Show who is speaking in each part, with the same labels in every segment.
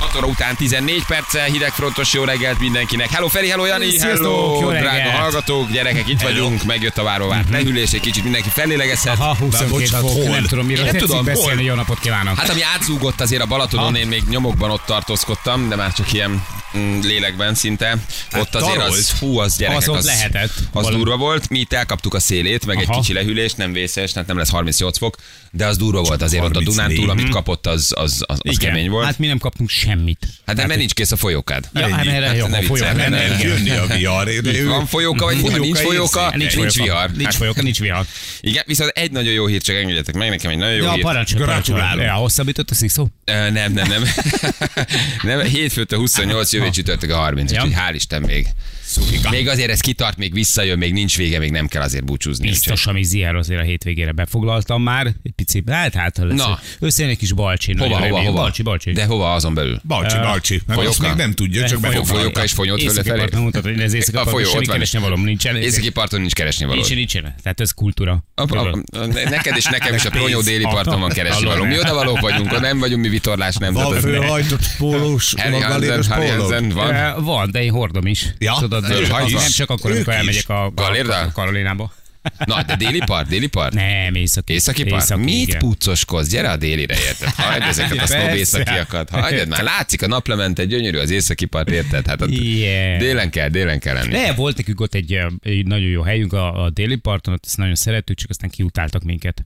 Speaker 1: 6 óra után 14 perccel, hidegfrontos jó reggelt mindenkinek. Hello Feri, hello Jani,
Speaker 2: Sziasztok,
Speaker 1: hello,
Speaker 2: jó
Speaker 1: drága
Speaker 2: reggelt. Mhm.
Speaker 1: hallgatók, gyerekek, itt vagyunk, megjött a váróvárt lehűlés, egy kicsit mindenki felélegezhet.
Speaker 2: Ha 22
Speaker 1: Hát, Bocsánat,
Speaker 2: fok,
Speaker 1: hol?
Speaker 2: nem tudom miről
Speaker 1: Nem
Speaker 2: tetszik
Speaker 1: tudom, hol?
Speaker 2: beszélni, jó napot kívánok.
Speaker 1: Hát ami átzúgott azért a Balatonon,
Speaker 2: Ha.
Speaker 1: én még nyomokban ott tartózkodtam, de már csak ilyen mm, lélekben szinte. ott azért az,
Speaker 2: tarolt.
Speaker 1: hú, az gyerekek,
Speaker 2: Az ott
Speaker 1: az,
Speaker 2: Hát lehetett.
Speaker 1: az
Speaker 2: Valami.
Speaker 1: durva volt. Mi itt elkaptuk a szélét, meg egy
Speaker 2: Aha.
Speaker 1: kicsi lehűlés, nem vészes, tehát nem lesz 38 fok, de az durva volt azért ott a
Speaker 3: 34.
Speaker 1: Dunántúl, amit kapott, az, az, az, az
Speaker 2: Mhm. Igen.
Speaker 1: kemény volt.
Speaker 2: Hát mi nem kaptunk semmit.
Speaker 1: Hát de mert nincs kész a folyókád.
Speaker 2: Ja, hát
Speaker 3: ennyi.
Speaker 2: erre
Speaker 1: Hát
Speaker 2: jó,
Speaker 1: ne
Speaker 2: a folyó.
Speaker 1: viccelj,
Speaker 3: Nem,
Speaker 2: nem,
Speaker 3: nem,
Speaker 2: igen.
Speaker 3: jönni a vihar. Ő-
Speaker 1: Van folyóka, vagy
Speaker 3: Folyóka
Speaker 1: nincs folyóka,
Speaker 3: éjszaka.
Speaker 1: nincs, nincs
Speaker 2: folyóka.
Speaker 1: vihar. Hát,
Speaker 2: Nincs folyóka, nincs vihar.
Speaker 1: Igen, viszont egy nagyon jó hírt csak engedjetek meg, nekem egy nagyon jó
Speaker 2: Ja,
Speaker 1: hír.
Speaker 2: parancsol, parancsol.
Speaker 3: Gratulálunk.
Speaker 2: Ja, hosszabbított a szikszó?
Speaker 1: Ö, nem, nem, nem. nem hétfőtől 28, jövő csütörtök a 30,
Speaker 2: Ja.
Speaker 1: úgyhogy hál' Isten még. Még azért ez kitart, még visszajön, még nincs vége, még nem kell azért búcsúzni.
Speaker 2: Biztos, ami ziár azért a hétvégére befoglaltam már. Egy pici, hát hát ha lesz.
Speaker 1: Na.
Speaker 2: Összejön egy kis balcsi.
Speaker 1: úgyhogy-
Speaker 2: nagyon
Speaker 1: Hova, hova,
Speaker 2: remélem.
Speaker 1: hova?
Speaker 2: Balcsi, balcsi.
Speaker 1: De hova azon belül?
Speaker 3: Balcsi, balcsi. Meg azt
Speaker 1: Folyóka?
Speaker 3: még nem tudja, csak
Speaker 1: folyóka.
Speaker 3: befoglalja.
Speaker 1: Folyóka és fonyót
Speaker 2: Északi
Speaker 1: föllefelé?
Speaker 2: parton mutatod, hogy ez északi
Speaker 1: A
Speaker 2: parton
Speaker 1: folyó ott
Speaker 2: semmi
Speaker 1: van.
Speaker 2: keresni valom nincsen.
Speaker 1: Északi parton nincs keresni való.
Speaker 2: Nincsen, nincsen. Tehát ez kultúra.
Speaker 1: A, a, a, neked és nekem is a Pronyó déli
Speaker 2: Pénz.
Speaker 1: parton van keresni való. Mi oda valók vagyunk, oda nem vagyunk, mi vitorlás nem.
Speaker 3: Van
Speaker 1: Tehát ez-
Speaker 3: fölhajtott pólós,
Speaker 1: Harry
Speaker 3: van galéros
Speaker 1: Hansen, Harry
Speaker 3: póló.
Speaker 1: Hansen van.
Speaker 2: Ö, Van, de én hordom is.
Speaker 3: Ja,
Speaker 2: Tudod,
Speaker 3: ők
Speaker 2: az-
Speaker 3: is.
Speaker 2: nem csak akkor,
Speaker 3: Ők
Speaker 2: amikor
Speaker 3: is.
Speaker 2: elmegyek a,
Speaker 1: Galérda?
Speaker 2: a Karolinába.
Speaker 1: Na, de déli part, déli part?
Speaker 2: Nem, északi.
Speaker 1: Északi part? Északi, Mit
Speaker 2: igen.
Speaker 1: puccoskodsz? Gyere a délire, érted? Hagyd ezeket a sznob
Speaker 2: Persze.
Speaker 1: északiakat. Hagyjad már, látszik a naplemente, gyönyörű az északi part, érted? Hát ott
Speaker 2: Yeah.
Speaker 1: délen kell, délen kell lenni.
Speaker 2: De volt nekünk ott egy, ö, egy nagyon jó helyünk a, a déli parton, ott ezt nagyon szerettük, csak aztán kiutáltak minket.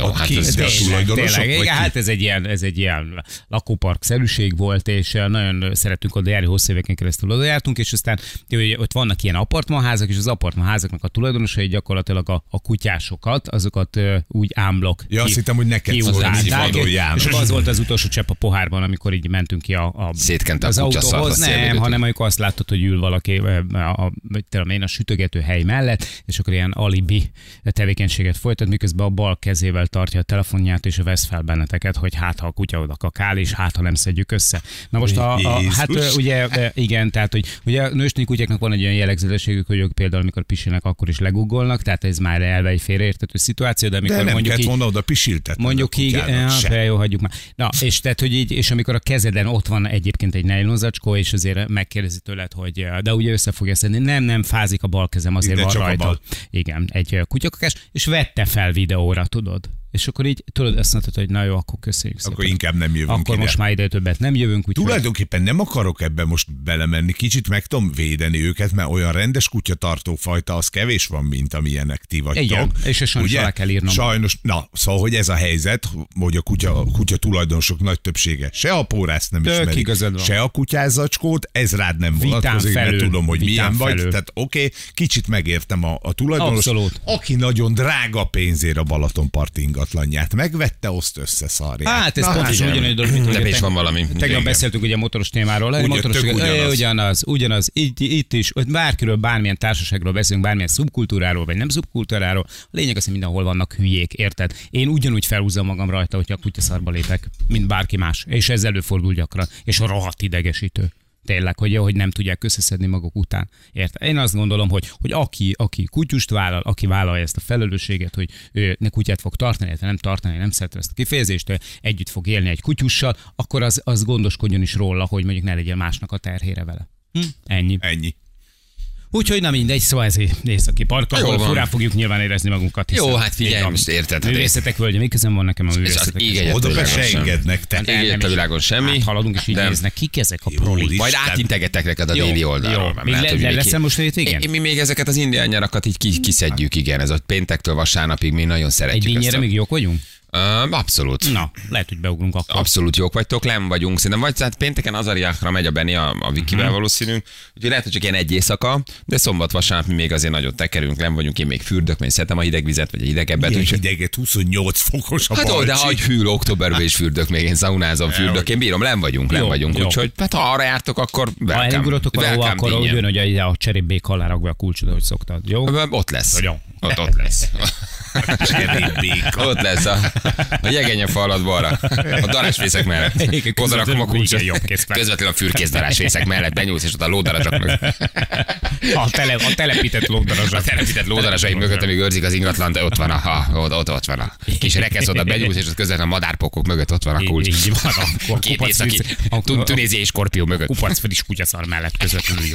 Speaker 1: Jó, hát
Speaker 3: ki,
Speaker 1: ez
Speaker 3: de a
Speaker 1: az...
Speaker 3: tulajdonosok
Speaker 2: tényleg,
Speaker 3: vagy
Speaker 2: igen,
Speaker 3: ki?
Speaker 2: hát ez egy ilyen, ez egy ilyen lakópark-szerűség volt, és ö, nagyon szeretünk oda járni, hosszú éveken keresztül oda jártunk, és aztán jó, hogy ott vannak ilyen apartmanházak, és az apartmanházaknak a tulajdonosai gyakorlatilag a, a kutyásokat, azokat ö, úgy ámblok.
Speaker 3: Ja, azt hittem, hogy neked
Speaker 2: kiúzták.
Speaker 3: szólt, hogy
Speaker 2: Tehát,
Speaker 3: Vadon János.
Speaker 2: És az volt az utolsó csepp a pohárban, amikor így mentünk ki a, a
Speaker 1: Szétkente a
Speaker 2: az
Speaker 1: kutyaszart a
Speaker 2: autóhoz,
Speaker 1: szélvédőtől.
Speaker 2: nem, hanem amikor azt láttad, hogy ül valaki ö, a, a, mit tudom én, a sütögető hely mellett, és akkor ilyen alibi tevékenységet folytat, miközben a bal kezével tartja a telefonját, és vesz fel benneteket, hogy hát ha a kutya oda kakál, és hát ha nem szedjük össze. Na most a, a hát ö,
Speaker 3: Jézus.
Speaker 2: ugye ö, igen, tehát hogy ugye a nőstény kutyáknak van egy olyan jellegzetességük, hogy ők például amikor pisilnek, akkor is legugolnak, tehát ez már elve egy félreértető szituáció, de amikor
Speaker 3: De nem
Speaker 2: mondjuk
Speaker 3: kellett
Speaker 2: így,
Speaker 3: volna oda pisiltetni.
Speaker 2: Mondjuk így, eh, hát- ja, jó, hagyjuk már. Na, és tehát, hogy így, és amikor a kezeden ott van egyébként egy nejlonzacskó, és azért megkérdezi tőled, hogy eh, de ugye össze fogja szedni. Nem, nem, fázik a bal kezem, azért
Speaker 3: Ide
Speaker 2: van
Speaker 3: csak a
Speaker 2: rajta.
Speaker 3: bal.
Speaker 2: Igen, egy eh, kutyakakás, és vette fel videóra, tudod. És akkor így, tudod, azt mondtad, hogy na jó, akkor köszönjük szépen.
Speaker 3: Akkor inkább nem jövünk
Speaker 2: Akkor
Speaker 3: ide.
Speaker 2: most már ide többet nem jövünk, úgyhogy...
Speaker 3: Tulajdonképpen nem akarok ebbe most belemenni, kicsit meg tudom védeni őket, mert olyan rendes kutyatartó fajta az kevés van, mint amilyenek ti vagytok.
Speaker 2: Igen, és ezt sajnos alá kell írnom.
Speaker 3: Sajnos, na, szóval, hogy ez a helyzet, hogy a kutya, a kutya tulajdonosok nagy többsége se a pórászt nem
Speaker 2: Tök
Speaker 3: ismeri,
Speaker 2: igazad van.
Speaker 3: se a kutyázacskót, ez rád nem
Speaker 2: Vitán
Speaker 3: vonatkozik, mert
Speaker 2: felül,
Speaker 3: tudom, hogy
Speaker 2: vitán
Speaker 3: milyen vagy,
Speaker 2: felül.
Speaker 3: tehát oké, okay, kicsit megértem a, a tulajdonos,
Speaker 2: Abszolút.
Speaker 3: aki nagyon drága pénzért a Balatonpart ingatlanját megvette, azt összeszarja.
Speaker 2: Hát ez pontosan
Speaker 1: igen.
Speaker 2: ugyanúgy dolog, mint
Speaker 1: De
Speaker 2: ahogy
Speaker 1: is
Speaker 2: a
Speaker 1: van valami.
Speaker 2: Tegnap
Speaker 1: Igen.
Speaker 2: beszéltünk ugye a motoros témáról, a
Speaker 3: Ugye,
Speaker 2: motoros
Speaker 3: tök
Speaker 2: ugyanaz.
Speaker 3: ugyanaz.
Speaker 2: ugyanaz, ugyanaz, itt, itt is, hogy bárkiről, bármilyen társaságról beszélünk, bármilyen szubkultúráról, vagy nem szubkultúráról, a lényeg az, hogy mindenhol vannak hülyék, érted? Én ugyanúgy felhúzom magam rajta, hogyha a kutyaszarba lépek, mint bárki más, és ez előfordul gyakran, és a rohadt idegesítő. Tényleg, hogy, hogy nem tudják összeszedni maguk után. Érted? Én azt gondolom, hogy, hogy aki, aki kutyust vállal, aki vállalja ezt a felelősséget, hogy ő ne kutyát fog tartani, illetve nem tartani, nem szeretem ezt a kifejezést, ő együtt fog élni egy kutyussal, akkor az, az gondoskodjon is róla, hogy mondjuk ne legyen másnak a terhére vele. Hm? Ennyi.
Speaker 3: Ennyi.
Speaker 2: Úgyhogy na mindegy, szóval ez egy északi park,
Speaker 1: Jó
Speaker 2: ahol
Speaker 1: van.
Speaker 2: furán fogjuk nyilván érezni magunkat. hiszen
Speaker 1: Jó, hát figyelj,
Speaker 2: én a
Speaker 1: most érted, hát én-
Speaker 2: Művészetek völgye, mi közön van nekem a
Speaker 1: az
Speaker 2: művészetek?
Speaker 1: ég egyet
Speaker 3: Oda be
Speaker 1: világon
Speaker 3: se
Speaker 1: sem.
Speaker 3: engednek te.
Speaker 1: Ég egyet a világon semmi.
Speaker 2: haladunk, és így
Speaker 1: de-
Speaker 2: néznek, kik ezek a
Speaker 3: Jó,
Speaker 2: prolik.
Speaker 1: Majd
Speaker 3: Isten.
Speaker 1: átintegetek neked a déli
Speaker 2: Jó,
Speaker 1: oldalról.
Speaker 2: jó.
Speaker 1: mert
Speaker 2: Még
Speaker 1: lehet,
Speaker 2: le-
Speaker 1: hogy
Speaker 2: le-
Speaker 1: még-
Speaker 2: leszel most hétvégén?
Speaker 1: É- Mi még ezeket az indián nyarakat így ki- kiszedjük, igen. Ez a péntektől vasárnapig mi nagyon
Speaker 2: Egy
Speaker 1: szeretjük ezt
Speaker 2: dinnyére
Speaker 1: a
Speaker 2: még jók vagyunk?
Speaker 1: Ö, abszolút.
Speaker 2: Na, lehet, hogy beugrunk akkor.
Speaker 1: Abszolút jók vagytok, nem vagyunk. Szerintem vagy, hát pénteken Azariákra megy a Beni a, a Vikivel
Speaker 2: Mhm.
Speaker 1: valószínűnk, úgyhogy lehet, hogy csak ilyen egy éjszaka, de szombat, vasárnap mi még azért nagyot tekerünk, nem vagyunk, én még fürdök, mert én szeretem a hideg vizet, vagy a hidegebbet,
Speaker 3: Ilyen
Speaker 1: úgyhogy
Speaker 3: hideget, 28 fokos a
Speaker 1: Hát ó,
Speaker 3: balcsi.
Speaker 1: de hagy hűl, októberben is fürdök még, én szaunázom, fürdök, én bírom, nem vagyunk, nem
Speaker 2: Jó,
Speaker 1: vagyunk,
Speaker 2: jó.
Speaker 1: úgyhogy hát ha arra jártok, akkor
Speaker 2: Ha
Speaker 1: welcome,
Speaker 2: elugrotok valahova,
Speaker 1: welcome
Speaker 2: akkor úgy
Speaker 1: ingyen.
Speaker 2: jön, hogy ide a cserébék alá rakva a kulcsod, ahogy szoktad. Jó?
Speaker 1: Ott lesz.
Speaker 2: Jó.
Speaker 1: Ott, ott lesz.
Speaker 3: Cserébéka.
Speaker 1: Ott lesz a, a jegenye falat balra. A darásfészek mellett.
Speaker 2: Igen,
Speaker 1: Oda rakom a
Speaker 2: közvetlenül
Speaker 1: kulcsot.
Speaker 2: igen, jobb kézben.
Speaker 1: Közvetlenül a fürkész darásfészek mellett benyúlsz, és ott a lódarat raknak.
Speaker 2: A, tele, a telepített
Speaker 1: A
Speaker 2: lódarazsak.
Speaker 1: telepített lódarasai mögött, amíg őrzik az ingatlan, de ott van a, ha, ott, ott, ott van a kis rekesz, oda benyúlsz, és ott közvetlenül a madárpokok mögött ott van a kulcs.
Speaker 2: Így, így van, akkor
Speaker 1: Két
Speaker 2: kupac
Speaker 1: északi,
Speaker 2: víz- akkor-
Speaker 1: Tun- Tunézia és Skorpió mögött.
Speaker 2: Kupac friss kutyaszar mellett közvetlenül jó.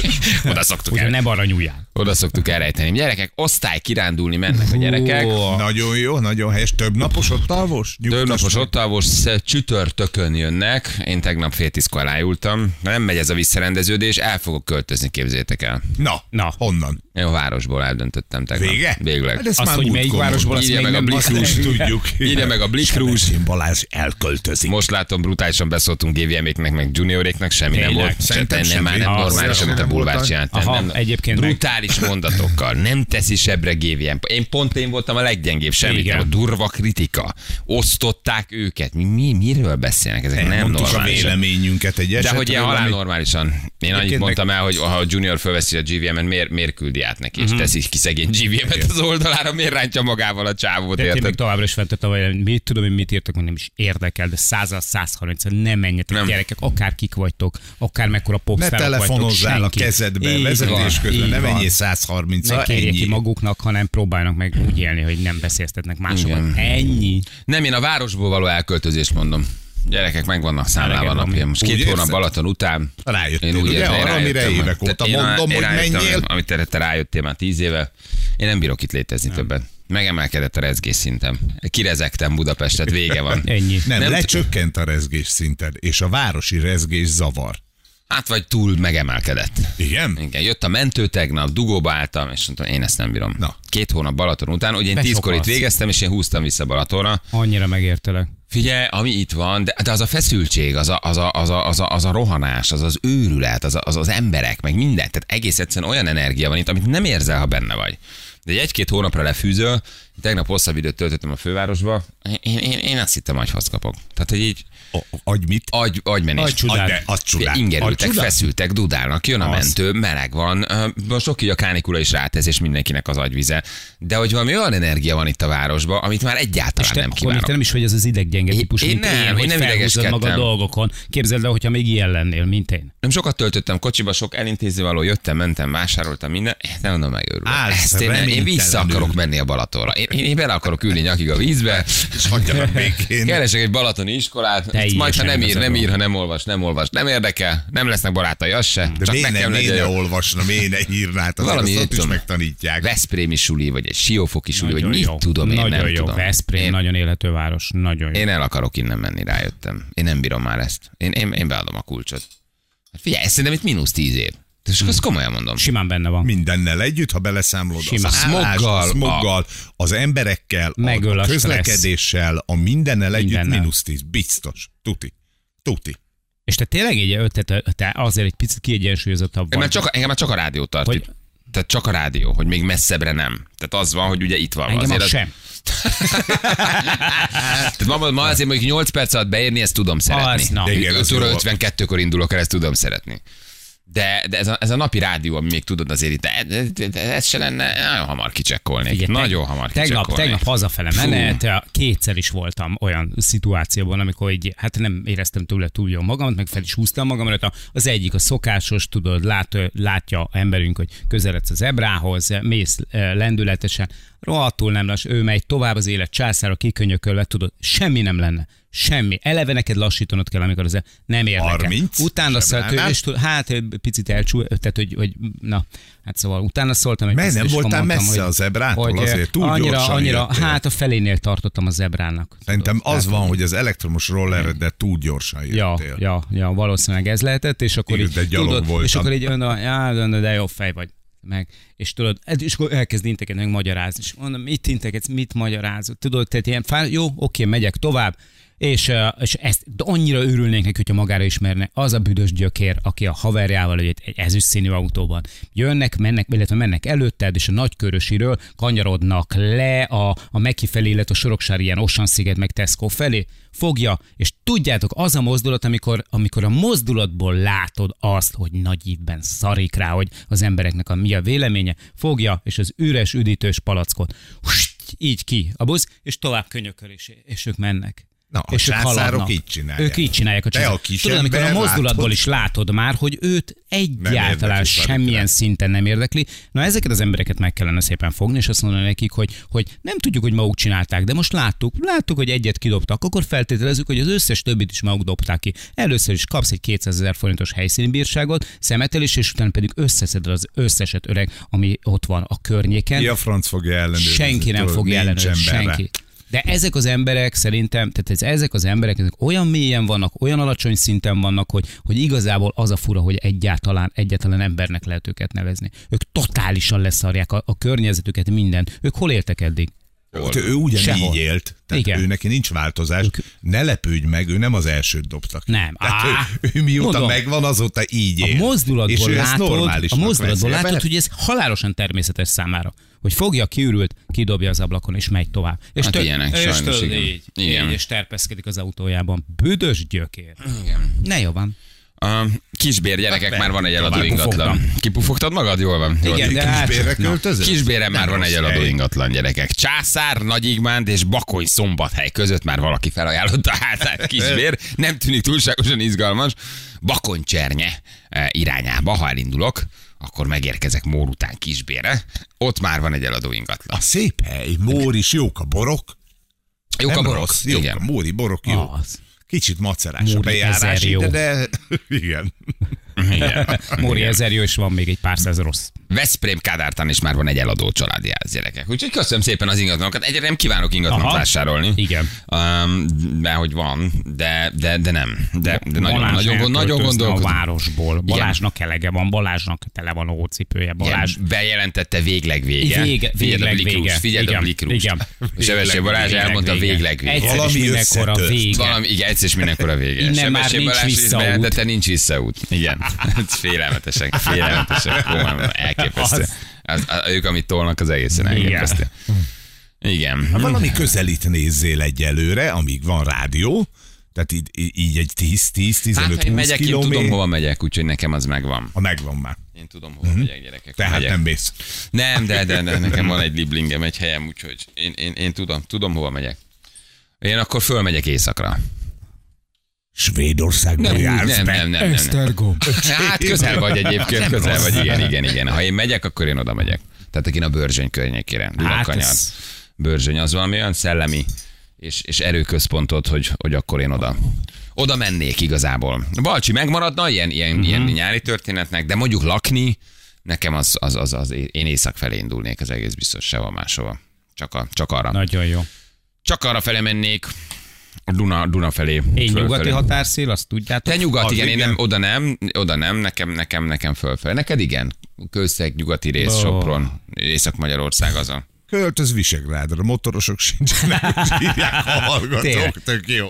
Speaker 1: Oda szoktuk,
Speaker 2: Ugye
Speaker 1: el,
Speaker 2: ne arra nyúljál.
Speaker 1: oda szoktuk elrejteni. Gyerekek, osztály kirándulni mennek a gyerekek.
Speaker 3: Nagyon jó, nagyon helyes. Több napos ott alvos?
Speaker 1: Több napos ottávos sz- csütörtökön jönnek. Én tegnap fél tízkor elájultam. Nem megy ez a visszarendeződés, el fogok költözni, képzétek el.
Speaker 3: Na,
Speaker 2: Na.
Speaker 3: Na, honnan?
Speaker 1: Én a városból eldöntöttem tegnap.
Speaker 3: Vége?
Speaker 1: Végleg.
Speaker 3: Hát ezt
Speaker 2: Azt,
Speaker 3: már
Speaker 2: hogy melyik
Speaker 3: múltkor
Speaker 2: városból, azt
Speaker 1: Írja
Speaker 2: még
Speaker 1: meg a
Speaker 2: nem
Speaker 3: mondtuk.
Speaker 1: Blikrús.
Speaker 3: Azt nem tudjuk.
Speaker 1: Írja meg a Blikrús.
Speaker 3: Sebestyén Balázs elköltözik.
Speaker 1: Most látom, brutálisan beszóltunk GVM-éknek, meg junioréknek, semmi
Speaker 2: Tényleg,
Speaker 1: nem volt.
Speaker 3: szerintem
Speaker 1: nem, már
Speaker 3: semmi. Ah,
Speaker 1: nem
Speaker 2: Aha,
Speaker 1: normális,
Speaker 3: szerintem
Speaker 1: amit a
Speaker 3: nem
Speaker 1: bulvár
Speaker 3: voltak.
Speaker 1: csinált.
Speaker 2: Aha,
Speaker 1: nem,
Speaker 2: egyébként meg-
Speaker 1: brutális mondatokkal, nem teszi sebbre GVM. Én pont én voltam a leggyengébb semmit,
Speaker 2: Igen.
Speaker 1: nem, a durva kritika. Osztották őket. Mi, mi miről beszélnek ezek? Nem, nem
Speaker 3: Mondtuk a
Speaker 1: normális.
Speaker 3: véleményünket egy
Speaker 1: De
Speaker 3: esetről,
Speaker 1: hogy ilyen halál
Speaker 3: ami-
Speaker 1: normálisan. Én annyit
Speaker 3: Egyébként
Speaker 1: mondtam el, hogy ha a junior fölveszi a GVM-en, miért, miért küldi át neki,
Speaker 3: Mhm.
Speaker 1: és teszi ki szegény GVM-et az oldalára, miért rántja magával a csávót,
Speaker 2: De én még
Speaker 1: érted?
Speaker 2: továbbra is feltettem, hogy mit tudom én, mit írtak, hogy nem is érdekel, de 100 130 nem menjetek
Speaker 1: Nem.
Speaker 2: nem. gyerekek, akár kik vagytok, akár mekkora
Speaker 3: Ne
Speaker 2: popstárok vagytok,
Speaker 3: telefonozzál a
Speaker 2: senki.
Speaker 3: kezedben,
Speaker 2: Így
Speaker 3: vezetés
Speaker 2: van,
Speaker 3: közben,
Speaker 2: így
Speaker 3: ne
Speaker 2: van.
Speaker 3: menjél 130
Speaker 2: Ne
Speaker 3: ra
Speaker 2: kérjék ki
Speaker 3: ennyi.
Speaker 2: maguknak, hanem próbálnak meg úgy élni, hogy nem veszélyeztetnek másokat.
Speaker 1: Igen.
Speaker 2: Ennyi.
Speaker 1: Nem, én a városból való elköltözést mondom. Gyerekek meg vannak számlálva a
Speaker 2: Elegem van.
Speaker 1: napja. Most két
Speaker 3: Úgy
Speaker 1: hónap
Speaker 3: érzed?
Speaker 1: Balaton után.
Speaker 3: Rájöttél,
Speaker 1: Én úgy
Speaker 3: ugye?
Speaker 1: érzem, én
Speaker 3: Arra,
Speaker 1: rájöttem,
Speaker 3: amire
Speaker 1: hogy-
Speaker 3: évek
Speaker 1: Tehát
Speaker 3: óta
Speaker 1: én a-
Speaker 3: mondom,
Speaker 1: én
Speaker 3: hogy
Speaker 1: rájöttem,
Speaker 3: menjél.
Speaker 1: Amit te- te rájöttél már tíz éve. Én nem bírok itt létezni többet. Megemelkedett a rezgés szintem. Kirezektem Budapestet, vége van.
Speaker 2: Ennyi.
Speaker 3: Nem,
Speaker 1: Nem-
Speaker 3: lecsökkent a rezgés szinted, és a városi rezgés zavar.
Speaker 1: Hát vagy túl megemelkedett.
Speaker 3: Igen?
Speaker 1: Igen, jött a mentő tegnap, dugóba álltam, és mondtam, én ezt nem bírom.
Speaker 3: Na.
Speaker 1: Két hónap Balaton után, ugye én tízkor itt
Speaker 2: Besokalsz.
Speaker 1: végeztem, és én húztam vissza Balatonra.
Speaker 2: Annyira megértelek.
Speaker 1: Figyelj, ami itt van, de, de az a feszültség, az a, az, a, az, a, az, a, az a rohanás, az az őrület, az, a, az az emberek, meg minden. Tehát egész egyszerűen olyan energia van itt, amit nem érzel, ha benne vagy. De egy- egy-két hónapra lefűzöl, tegnap hosszabb időt töltöttem a fővárosba, én, én, én azt hittem, hogy kapok. Tehát, hogy így
Speaker 3: A- Agy mit?
Speaker 1: agy, agymenés.
Speaker 2: Agy csudát.
Speaker 3: Agy, de az csodát.
Speaker 1: Ingerültek,
Speaker 3: Agy csodát?
Speaker 1: feszültek, dudálnak, jön a
Speaker 3: Az.
Speaker 1: mentő, meleg van. Ö, Most oké, hogy a kánikula is rátesz, és mindenkinek az agyvize. De hogy valami olyan energia van itt a városban, amit már egyáltalán
Speaker 2: te,
Speaker 1: nem
Speaker 2: akkor még
Speaker 1: kívánok.
Speaker 2: te nem is vagy az az ideggyenge
Speaker 1: Én-
Speaker 2: típus,
Speaker 1: én
Speaker 2: mint
Speaker 1: nem,
Speaker 2: én,
Speaker 1: én
Speaker 2: hogy
Speaker 1: nem
Speaker 2: felhúzod
Speaker 1: idegeskedtem.
Speaker 2: maga a dolgokon. Képzeld el, hogyha még ilyen lennél, mint én.
Speaker 1: Nem sokat töltöttem kocsiba, sok elintéző való, jöttem, mentem, vásároltam minden, nem mondom megőrülök.
Speaker 3: Állsz
Speaker 1: Ezt én, én
Speaker 3: reménytelenül.
Speaker 1: vissza akarok menni a Balatonra. Én, én, én bele akarok ülni nyakig a vízbe, és hagyjanak
Speaker 3: békén.
Speaker 1: Keresek egy balatoni iskolát, ezt majd ha
Speaker 2: Teljesen
Speaker 1: nem ír,
Speaker 2: igazad
Speaker 1: nem
Speaker 2: van.
Speaker 1: ír, ha nem olvas, nem olvas, nem érdekel, nem lesznek barátai, az se.
Speaker 3: De
Speaker 1: csak
Speaker 3: miért ne,
Speaker 1: nekem legyen
Speaker 3: miért ne
Speaker 1: jó.
Speaker 3: olvasna, miért ne írná? Hát azért
Speaker 1: Valami
Speaker 3: azt ott
Speaker 1: mit
Speaker 3: is
Speaker 1: tudom.
Speaker 3: megtanítják.
Speaker 1: Veszprémi suli, vagy egy siófoki suli, vagy
Speaker 2: Nagyon
Speaker 1: mit
Speaker 2: jó.
Speaker 1: tudom én,
Speaker 2: nagyon
Speaker 1: nem
Speaker 2: jó.
Speaker 1: tudom.
Speaker 2: Veszprém,
Speaker 1: én,
Speaker 2: nagyon élhető város. Nagyon jó.
Speaker 1: én el akarok innen menni, rájöttem. Én nem bírom már ezt. Én, én, én beadom a kulcsot. Hát figyelj, ez szerintem itt mínusz tíz év. És
Speaker 2: Hm.
Speaker 1: akkor ezt komolyan mondom.
Speaker 2: Simán benne van.
Speaker 3: mindennel együtt, ha beleszámolod
Speaker 2: Simán.
Speaker 3: az állást,
Speaker 1: Smoggal,
Speaker 3: a
Speaker 1: a-
Speaker 3: smoggal, az emberekkel,
Speaker 2: Megöl
Speaker 3: a
Speaker 2: a
Speaker 3: közlekedéssel, a mindennel együtt
Speaker 2: Mindennel.
Speaker 3: mínusz 10, biztos, tuti, tuti.
Speaker 2: És te tényleg így ötlet, te azért egy picit kiegyensúlyozottabb
Speaker 1: Én
Speaker 2: vagy.
Speaker 1: már csak, a- engem már csak a rádió tart.
Speaker 2: Hogy-
Speaker 1: itt. Tehát csak a rádió, hogy még messzebbre nem. Tehát az van, hogy ugye itt van.
Speaker 2: Engem
Speaker 1: azért
Speaker 2: az
Speaker 1: az-
Speaker 2: sem.
Speaker 1: Tehát Hát, ma, ma azért mondjuk 8 perc alatt beérni, ezt tudom szeretni.
Speaker 2: Az, na.
Speaker 3: Igen, az
Speaker 1: 5 óra
Speaker 3: jó.
Speaker 1: 52-kor indulok el, ezt tudom szeretni. De, de ez, a, ez a napi rádió, ami még tudod azért itt, e- e- e- ez se lenne, nagyon hamar kicsekkolnék.
Speaker 2: Figyelj, teg-
Speaker 1: nagyon hamar
Speaker 2: Tegnap,
Speaker 1: kicsekkolnék.
Speaker 2: tegnap hazafele
Speaker 1: Fú.
Speaker 2: menet, kétszer is voltam olyan szituációban, amikor így, hát nem éreztem tőle túl jól magamat, meg fel is húztam magam előtt. Az egyik a szokásos, tudod, lát, látja emberünk, hogy közeledsz az ebrához, mész eh, lendületesen, rohadtul nem lass, ő megy tovább az élet császára kikönyökölve, tudod, semmi nem lenne. Semmi. Eleve neked lassítanod kell, amikor az e- nem érdekel.
Speaker 3: 30?
Speaker 2: Utána
Speaker 3: Sem
Speaker 2: szólt, ő,
Speaker 3: állnál?
Speaker 2: és tud, hát ő picit elcsú, tehát hogy, hogy, na, hát szóval utána szóltam, hogy
Speaker 3: Mert
Speaker 2: ezt
Speaker 3: nem
Speaker 2: is
Speaker 3: voltál
Speaker 2: mondtam,
Speaker 3: messze
Speaker 2: hogy-
Speaker 3: az ebrától,
Speaker 2: hogy, eh,
Speaker 3: azért túl
Speaker 2: annyira,
Speaker 3: gyorsan
Speaker 2: annyira,
Speaker 3: jöttél.
Speaker 2: hát a felénél tartottam az ebrának.
Speaker 3: Szerintem az van, hogy az elektromos rolleredet túl gyorsan
Speaker 2: Ja,
Speaker 3: jöttél.
Speaker 2: ja, ja, valószínűleg ez lehetett, és akkor
Speaker 3: Igen,
Speaker 2: így,
Speaker 3: de gyalog
Speaker 2: tudod, és
Speaker 3: voltam.
Speaker 2: akkor így ön, a, já, de jó fej vagy. meg, és tudod, ez- és akkor elkezd integetni, meg magyarázni, és mondom, mit integetsz, mit magyarázod, tudod, tehát ilyen, fán, jó, oké, megyek tovább, és, ö, és ezt de annyira örülnék neki, hogyha magára ismerne, az a büdös gyökér, aki a haverjával, vagy egy, egy ezüst színű autóban jönnek, mennek, illetve mennek előtted, és a nagykörösiről kanyarodnak le a, a Meki felé, illetve a Soroksár ilyen Ossan sziget, meg Tesco felé, fogja, és tudjátok, az a mozdulat, amikor, amikor a mozdulatból látod azt, hogy nagy ívben szarik rá, hogy az embereknek a mi a véleménye, fogja, és az üres üdítős palackot, hust, így ki a busz, és tovább könyököl, és, és ők mennek.
Speaker 3: Na, a
Speaker 2: és ők
Speaker 3: császárok
Speaker 2: haladnak.
Speaker 3: így csinálják.
Speaker 2: Ők így csinálják a
Speaker 3: Te a
Speaker 2: császárok.
Speaker 3: kis
Speaker 2: Tudod, amikor a
Speaker 3: ember,
Speaker 2: mozdulatból
Speaker 3: látod?
Speaker 2: is látod már, hogy őt egyáltalán
Speaker 3: érdekli,
Speaker 2: semmilyen
Speaker 3: Szabika.
Speaker 2: szinten nem érdekli. Na ezeket az embereket meg kellene szépen fogni, és azt mondani nekik, hogy, hogy nem tudjuk, hogy maguk csinálták, de most láttuk, láttuk, hogy egyet kidobtak, akkor feltételezzük, hogy az összes többit is maguk dobták ki. Először is kapsz egy 200 ezer forintos helyszínbírságot, szemetelés, és utána pedig összeszeded az összeset öreg, ami ott van a környéken.
Speaker 3: Ki a franc fogja ellenőrizni?
Speaker 2: Senki nem
Speaker 3: Tudod,
Speaker 2: fogja
Speaker 3: nincs
Speaker 2: ellenőrizni,
Speaker 3: ember rá.
Speaker 2: senki. De ezek az emberek szerintem, tehát ez, ezek az emberek ezek olyan mélyen vannak, olyan alacsony szinten vannak, hogy, hogy igazából az a fura, hogy egyáltalán, egyáltalán embernek lehet őket nevezni. Ők totálisan leszarják a, a környezetüket, mindent. Ők hol éltek eddig?
Speaker 3: Ott ő ugyanígy
Speaker 2: Sehol.
Speaker 3: élt,
Speaker 2: Igen.
Speaker 3: tehát Igen. ő neki nincs változás.
Speaker 2: Ők-
Speaker 3: Ne lepődj meg, ő nem az elsőt dobtak.
Speaker 2: Nem.
Speaker 3: Tehát
Speaker 2: Á,
Speaker 3: ő, ő mióta
Speaker 2: mondom.
Speaker 3: Mondom. megvan, azóta így él.
Speaker 2: A
Speaker 3: És
Speaker 2: mozdulatból
Speaker 3: ő ezt
Speaker 2: látod, a
Speaker 3: normálisnak
Speaker 2: mozdulatból
Speaker 3: veszi.
Speaker 2: látod,
Speaker 3: Ebben-
Speaker 2: hogy ez halálosan természetes számára. Hogy fogja, kiürült, kidobja az ablakon, és megy tovább. És
Speaker 1: Hát
Speaker 2: tö-
Speaker 1: ilyenek,
Speaker 2: és
Speaker 1: sajnos,
Speaker 2: tudod,
Speaker 1: igen.
Speaker 2: Így,
Speaker 1: Igen.
Speaker 2: így, és terpeszkedik az autójában. Büdös gyökér. Igen. Ne jó van.
Speaker 1: A kisbér gyerekek már van egy eladó ingatlan.
Speaker 2: Kipufogtam.
Speaker 1: Kipufogtad magad? Jól van. Jól
Speaker 2: Igen,
Speaker 1: van.
Speaker 2: de
Speaker 3: Kis
Speaker 2: hát-
Speaker 3: bérre
Speaker 2: Na.
Speaker 3: költözött?
Speaker 1: Kisbéren már
Speaker 3: Nem
Speaker 1: van egy
Speaker 3: rossz
Speaker 1: eladó
Speaker 3: hely.
Speaker 1: ingatlan gyerekek. Császár, Nagyigmánd és Bakony szombathely között már valaki felajánlotta a hátát kisbér. Nem tűnik túlságosan izgalmas. Bakony csernye eh, irányába, ha elindulok, akkor megérkezek mór után kisbére. Ott már van egy eladó ingatlan.
Speaker 3: A szép hely, Mór is jók a borok.
Speaker 1: Jók
Speaker 3: nem
Speaker 1: a borok.
Speaker 3: rossz, Jók a
Speaker 1: Igen.
Speaker 3: móri borok,
Speaker 1: Ah,
Speaker 3: jó.
Speaker 2: Az.
Speaker 3: Kicsit macerás a
Speaker 2: Móri
Speaker 3: bejárás,
Speaker 2: Ah. ezer jó.
Speaker 3: ide, de igen.
Speaker 1: Igen.
Speaker 2: Móri ezer jó, és van még egy pár száz rossz.
Speaker 1: Veszprém Kádártán is már van egy eladó családi ház gyerekek. Úgyhogy köszönöm szépen az ingatlanokat. Egyre nem kívánok ingatlant
Speaker 2: Aha.
Speaker 1: vásárolni.
Speaker 2: Igen.
Speaker 1: Um, mert hogy van, de, de, de nem. De, de nagyon,
Speaker 2: Balázs
Speaker 1: nagyon, gond, nagyon
Speaker 2: elköltözne A
Speaker 1: gondolkodom.
Speaker 2: városból. Balázsnak elege van, Balázsnak tele van a hócipője, Balázs.
Speaker 1: Igen, bejelentette végleg vége.
Speaker 2: Vége,
Speaker 1: figyeld a
Speaker 2: végleg
Speaker 1: blikrust,
Speaker 2: vége.
Speaker 1: figyeld a
Speaker 2: Igen,
Speaker 1: blikrust.
Speaker 2: igen.
Speaker 1: Sebesség Balázs
Speaker 2: Végleg
Speaker 1: elmondta
Speaker 2: vége.
Speaker 1: végleg vége.
Speaker 2: Egyszer is
Speaker 3: Valami
Speaker 2: mindenkor a
Speaker 3: összetört.
Speaker 2: vége.
Speaker 1: Valami, igen, egyszer és mindenkor a vége.
Speaker 2: Innen
Speaker 1: Sebesség
Speaker 2: már nincs
Speaker 1: Balázs is
Speaker 2: visszaút.
Speaker 1: bejelentette, nincs visszaút. Igen, ez félelmetesek, félelmetesek. Ó, elképesztő.
Speaker 2: Az.
Speaker 1: Az, az, ők, amit tolnak, az egészen elképesztő.
Speaker 2: Hm.
Speaker 1: Igen.
Speaker 3: Valami közelít nézzél egyelőre, amíg van rádió, tehát így, így egy 10-10-15-20
Speaker 1: Hát, ha én megyek, én tudom,
Speaker 3: kilométer.
Speaker 1: hova megyek, úgyhogy nekem az megvan.
Speaker 3: Ha megvan már.
Speaker 1: Én tudom, hova megyek, gyerekek.
Speaker 3: Mhm. Tehát
Speaker 1: megyek.
Speaker 3: nem mész.
Speaker 1: Nem, de, de, de nekem van egy liblingem, egy helyem, úgyhogy én, én, én tudom, tudom, hova megyek. Én akkor fölmegyek éjszakra.
Speaker 3: Svédországban
Speaker 1: Nem, nem,
Speaker 3: jársz
Speaker 1: nem,
Speaker 3: be.
Speaker 1: nem, nem, nem. Hát közel vagy egyébként, közel vagy, igen, igen, igen. Ha én megyek, akkor én oda megyek. Tehát akin a Börzsöny környékére.
Speaker 2: Hát
Speaker 1: Lakanyar.
Speaker 2: ez-
Speaker 1: Börzsöny az valami olyan szellemi és, és erőközpontot, hogy, hogy akkor én oda oda mennék igazából. Balcsi megmaradna ilyen, ilyen,
Speaker 2: Mhm.
Speaker 1: uh-huh. ilyen nyári történetnek, de mondjuk lakni, nekem az, az, az, az én éjszak felé indulnék, az egész biztos sehol máshova. Csak, a, csak arra.
Speaker 2: Nagyon jó.
Speaker 1: Csak arra felé mennék, a Duna, Duna felé.
Speaker 2: Én
Speaker 1: fölfelé.
Speaker 2: nyugati határszél, azt tudjátok?
Speaker 1: Te nyugat,
Speaker 3: Az
Speaker 1: igen, én
Speaker 3: igen.
Speaker 1: nem, oda nem, oda nem, nekem, nekem, nekem fölfelé. Neked igen, Kőszeg, nyugati rész,
Speaker 2: Ó.
Speaker 1: Sopron, Észak-Magyarország azon.
Speaker 3: Költöz Visegrádra, motorosok sincsenek, úgy hívják a
Speaker 2: Tényleg.
Speaker 3: hallgatók, tök jó.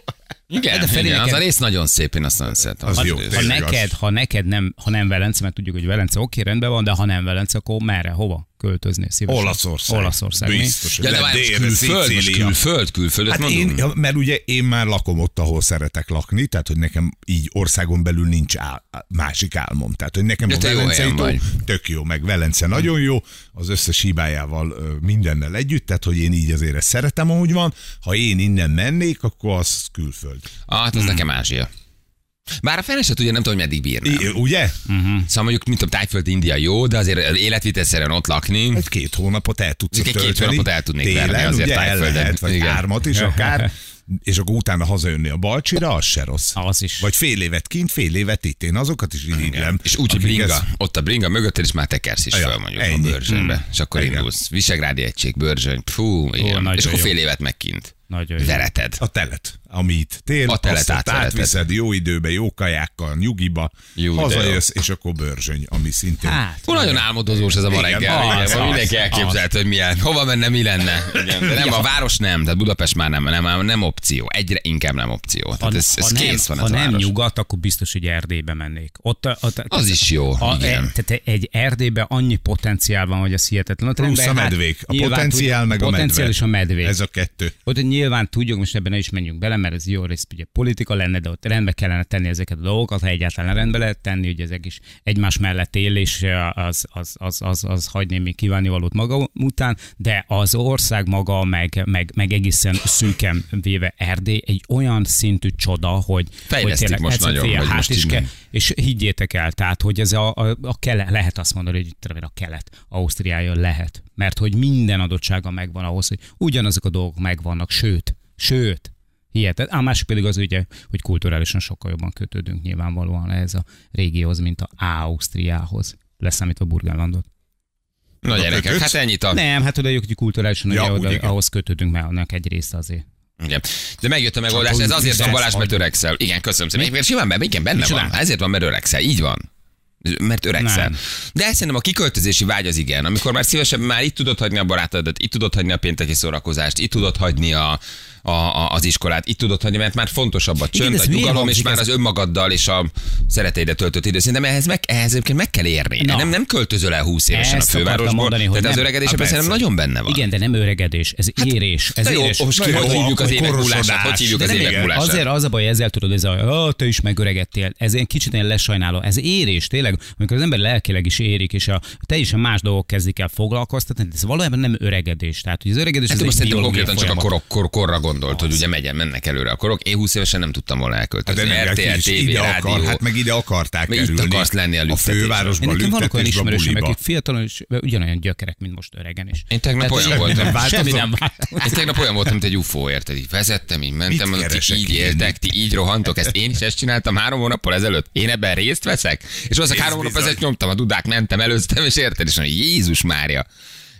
Speaker 1: Igen,
Speaker 2: de Feri,
Speaker 1: igen, az
Speaker 2: neked-
Speaker 1: a rész nagyon szép, én azt nagyon szeretem. Hát,
Speaker 3: Az
Speaker 1: a
Speaker 3: jó,
Speaker 1: rész.
Speaker 2: Ha
Speaker 3: Tényleg
Speaker 2: neked,
Speaker 3: az.
Speaker 2: ha neked nem, ha nem Velence, mert tudjuk, hogy Velence oké, rendben van, de ha nem Velence, akkor merre, hova költöznél szívesen?
Speaker 3: Olaszország.
Speaker 2: Olaszország. mi?
Speaker 3: Biztos, hogy
Speaker 1: Ja, de
Speaker 3: le-
Speaker 1: várj, most
Speaker 3: délre,
Speaker 1: külföld, most
Speaker 3: Szicília.
Speaker 1: külföld, külföld, hát
Speaker 3: Hát
Speaker 1: mondom.
Speaker 3: én,
Speaker 1: Én...
Speaker 3: ja, mert ugye én már lakom ott, ahol szeretek lakni, tehát hogy nekem így országon belül nincs á, á- másik álmom. Tehát hogy nekem
Speaker 1: Ja,
Speaker 3: ja, a
Speaker 1: te jó
Speaker 3: Velencei
Speaker 1: helyen
Speaker 3: tó
Speaker 1: vagy.
Speaker 3: tök jó, meg Velence nagyon jó, az összes hibájával ö, mindennel együtt, tehát hogy én így azért ezt szeretem, ahogy van. Ha én innen mennék, akkor az külföld.
Speaker 1: Ah, hát az
Speaker 3: Hmm.
Speaker 1: nekem Ázsia. Bár a fene se tudja, nem tudom, hogy meddig bírnám.
Speaker 3: I, ugye?
Speaker 1: Szóval mondjuk, mint a tájföld India jó, de azért életvitelszerűen ott lakni.
Speaker 3: Egy két hónapot el tudsz
Speaker 1: Egy két
Speaker 3: tölteni.
Speaker 1: hónapot el tudnék verni azért
Speaker 3: ugye el
Speaker 1: Tájföldön.
Speaker 3: lehet, vagy
Speaker 1: Igen.
Speaker 3: hármat is akár, és akkor utána hazajönni a Balcsira, az se rossz.
Speaker 2: Az is.
Speaker 3: Vagy fél évet kint, fél évet itt, én azokat is irigylem.
Speaker 1: És úgy, hogy
Speaker 3: akik
Speaker 1: bringa,
Speaker 3: ezt-
Speaker 1: ott a bringa mögötted is már tekersz is
Speaker 3: Ja,
Speaker 1: föl mondjuk
Speaker 3: ennyi. Hmm.
Speaker 1: a börzsönybe, és akkor
Speaker 3: Igen.
Speaker 1: indulsz. Visegrádi egység, börzsöny, fú, igen.
Speaker 2: nagyon
Speaker 1: és akkor
Speaker 2: jó.
Speaker 1: fél évet meg kint.
Speaker 2: Nagyon jó.
Speaker 1: vereted.
Speaker 3: A telet, ami itt tél,
Speaker 1: A
Speaker 3: a
Speaker 1: telet
Speaker 3: telet azt
Speaker 1: átvereted.
Speaker 3: átviszed jó időbe, jó kajákkal, nyugiba,
Speaker 1: Jó,
Speaker 3: jó,
Speaker 1: de
Speaker 3: hazajössz, és akkor börzsöny, ami szintén...
Speaker 2: Hát,
Speaker 1: Ó, nagyon álmodozós ez a ma
Speaker 3: Igen,
Speaker 1: reggel.
Speaker 3: az,
Speaker 1: Igen,
Speaker 3: az,
Speaker 1: van, mindenki
Speaker 3: az.
Speaker 1: elképzelte, hogy milyen, hova menne, mi lenne. Igen, de nem, a város nem, tehát Budapest már nem, nem, nem opció. Egyre inkább nem opció. Tehát ez, ez
Speaker 2: nem,
Speaker 1: kész van
Speaker 2: ha
Speaker 1: ez a
Speaker 2: nem
Speaker 1: város.
Speaker 2: nyugat, akkor biztos, hogy Erdélybe mennék. Ott, a- ott,
Speaker 1: Az is jó,
Speaker 2: A, e,
Speaker 1: igen.
Speaker 2: tehát egy Erdélyben annyi potenciál van, hogy ez hihetetlen. Ott
Speaker 3: Plusz
Speaker 2: rendben,
Speaker 3: a
Speaker 2: hát
Speaker 3: medvék. A
Speaker 2: nyilván
Speaker 3: potenciál
Speaker 2: tud-
Speaker 3: meg a medve.
Speaker 2: Potenciál és a medvék.
Speaker 3: Ez a kettő.
Speaker 2: Ott nyilván tudjuk, most ebben ne is menjünk bele, mert ez jó részt ugye politika lenne, de ott rendbe kellene tenni ezeket a dolgokat, ha egyáltalán rendbe lehet tenni, hogy ezek is egymás mellett élés, eh, az, az, az, az, az hagy némi kívánni valót maga után, de az ország maga, meg, meg, meg egészen szűken véve Erdély egy olyan szintű csoda, hogy
Speaker 1: Fejlesztik
Speaker 2: hogy tényleg
Speaker 1: most
Speaker 2: egyszer
Speaker 1: nagyon,
Speaker 2: fél
Speaker 1: vagy
Speaker 2: hát
Speaker 1: most
Speaker 2: is
Speaker 1: így
Speaker 2: ke-
Speaker 1: nem.
Speaker 2: és higgyétek el, tehát, hogy ez a, a, a kele, lehet azt mondani, hogy itt tudom én, a kelet, Ausztriája lehet. Mert hogy minden adottsága megvan ahhoz, hogy ugyanazok a dolgok megvannak, sőt, sőt, hihetet. A másik pedig az ugye, hogy kulturálisan sokkal jobban kötődünk nyilvánvalóan ehhez a régióhoz, mint a Ausztriához leszámítva Burgenlandot.
Speaker 1: Na gyerekek,
Speaker 3: Ötöt?
Speaker 1: hát ennyit a...
Speaker 2: Nem, hát oda hogy kulturálisan
Speaker 3: Ja,
Speaker 2: ja,
Speaker 3: úgy
Speaker 2: oda,
Speaker 3: igen.
Speaker 2: ahhoz kötődünk, mert annak egy része azért.
Speaker 1: Igen. De megjött a megoldás,
Speaker 2: Csak
Speaker 1: ez
Speaker 2: úgy
Speaker 1: azért van
Speaker 2: vigyázz,
Speaker 1: Balázs, mert
Speaker 2: hogy-
Speaker 1: öregszel. Igen, köszönöm szépen. Mert simán benne, igen, benne van.
Speaker 2: Micsoda?
Speaker 1: Ezért van, mert öregszel. Így van. Mert öregszel.
Speaker 2: Nem.
Speaker 1: De ezt szerintem a kiköltözési vágy az igen. Amikor már szívesen már itt tudod hagyni a barátodat, itt tudod hagyni a pénteki szórakozást, itt tudod hagyni a, a, a, az iskolát, itt tudod hagyni, mert már fontosabb a csönd,
Speaker 2: ez
Speaker 1: a
Speaker 2: miért
Speaker 1: nyugalom, és
Speaker 2: hangzik
Speaker 1: már
Speaker 2: ez?
Speaker 1: az önmagaddal és a szereteidre töltött idő. Szerintem ehhez, meg, ehhez egyébként meg kell érni.
Speaker 2: Na.
Speaker 1: Nem, nem költözöl el 20 évesen
Speaker 2: Ezt
Speaker 1: a fővárosból.
Speaker 2: akartam mondani, hogy
Speaker 1: tehát az
Speaker 2: nem.
Speaker 1: öregedés
Speaker 2: Há,
Speaker 1: ebben szerintem
Speaker 2: persze.
Speaker 1: nagyon benne van.
Speaker 2: Igen, de nem öregedés, ez hát, érés. Ez
Speaker 1: Na jó,
Speaker 2: érés.
Speaker 1: most ki,
Speaker 3: Na jó,
Speaker 1: hogy hívjuk az
Speaker 3: akkor hát
Speaker 1: évek
Speaker 3: korosodás.
Speaker 1: múlását? Hogy hívjuk
Speaker 3: De
Speaker 1: az
Speaker 3: nem
Speaker 1: évek
Speaker 3: igen.
Speaker 1: múlását?
Speaker 2: Azért az a baj, ezzel tudod, ez a, "Ó, te is megöregettél. Ez én kicsit én lesajnálom. Ez érés, tényleg, amikor az ember lelkileg is érik, és a teljesen más dolgok kezdik el foglalkoztatni, de ez valójában nem öregedés. Tehát, hogy az öregedés
Speaker 1: Hát
Speaker 2: ez
Speaker 1: most
Speaker 2: egy
Speaker 1: szerintem
Speaker 2: biológiai
Speaker 1: konkrétan csak a
Speaker 2: folyamat.
Speaker 1: korok, kor, korra gondolt, hogy ugye megyen, mennek előre a korok. Én 20 évesen nem tudtam volna
Speaker 3: Hát
Speaker 1: elköltözni.
Speaker 3: ennek
Speaker 1: RTL,
Speaker 3: is
Speaker 1: TV,
Speaker 3: ide
Speaker 1: rádió.
Speaker 3: akar, hát meg ide akarták
Speaker 1: Meg itt
Speaker 3: kerülni.
Speaker 1: akarsz lenni a
Speaker 3: a
Speaker 1: lüktetésben.
Speaker 3: fővárosban,
Speaker 2: Én nekem vannak olyan
Speaker 3: lüktetésben,
Speaker 2: ismerősöm,
Speaker 3: buliba.
Speaker 2: akik fiatalon és ugyanolyan gyökerek, mint most öregen is.
Speaker 1: Én
Speaker 3: Hát
Speaker 1: tegnap
Speaker 2: Tehát
Speaker 1: olyan
Speaker 2: semmi
Speaker 1: voltam.
Speaker 2: nem- Semmi
Speaker 3: Változom.
Speaker 2: nem változott.
Speaker 1: Én tegnap olyan voltam, mint egy UFO, érted? Így vezettem, így mentem,
Speaker 3: Mit
Speaker 1: mondom, ti
Speaker 3: keresek
Speaker 1: így
Speaker 3: én
Speaker 1: éltek, ti így rohantok, ezt én is ezt csináltam három hónappal ezelőtt. Én ebben részt veszek? És valószínűleg három hónap
Speaker 3: bizony.
Speaker 1: ezelőtt nyomtam a dudák, mentem, előztem, és érted? És mondom, Jézus Mária,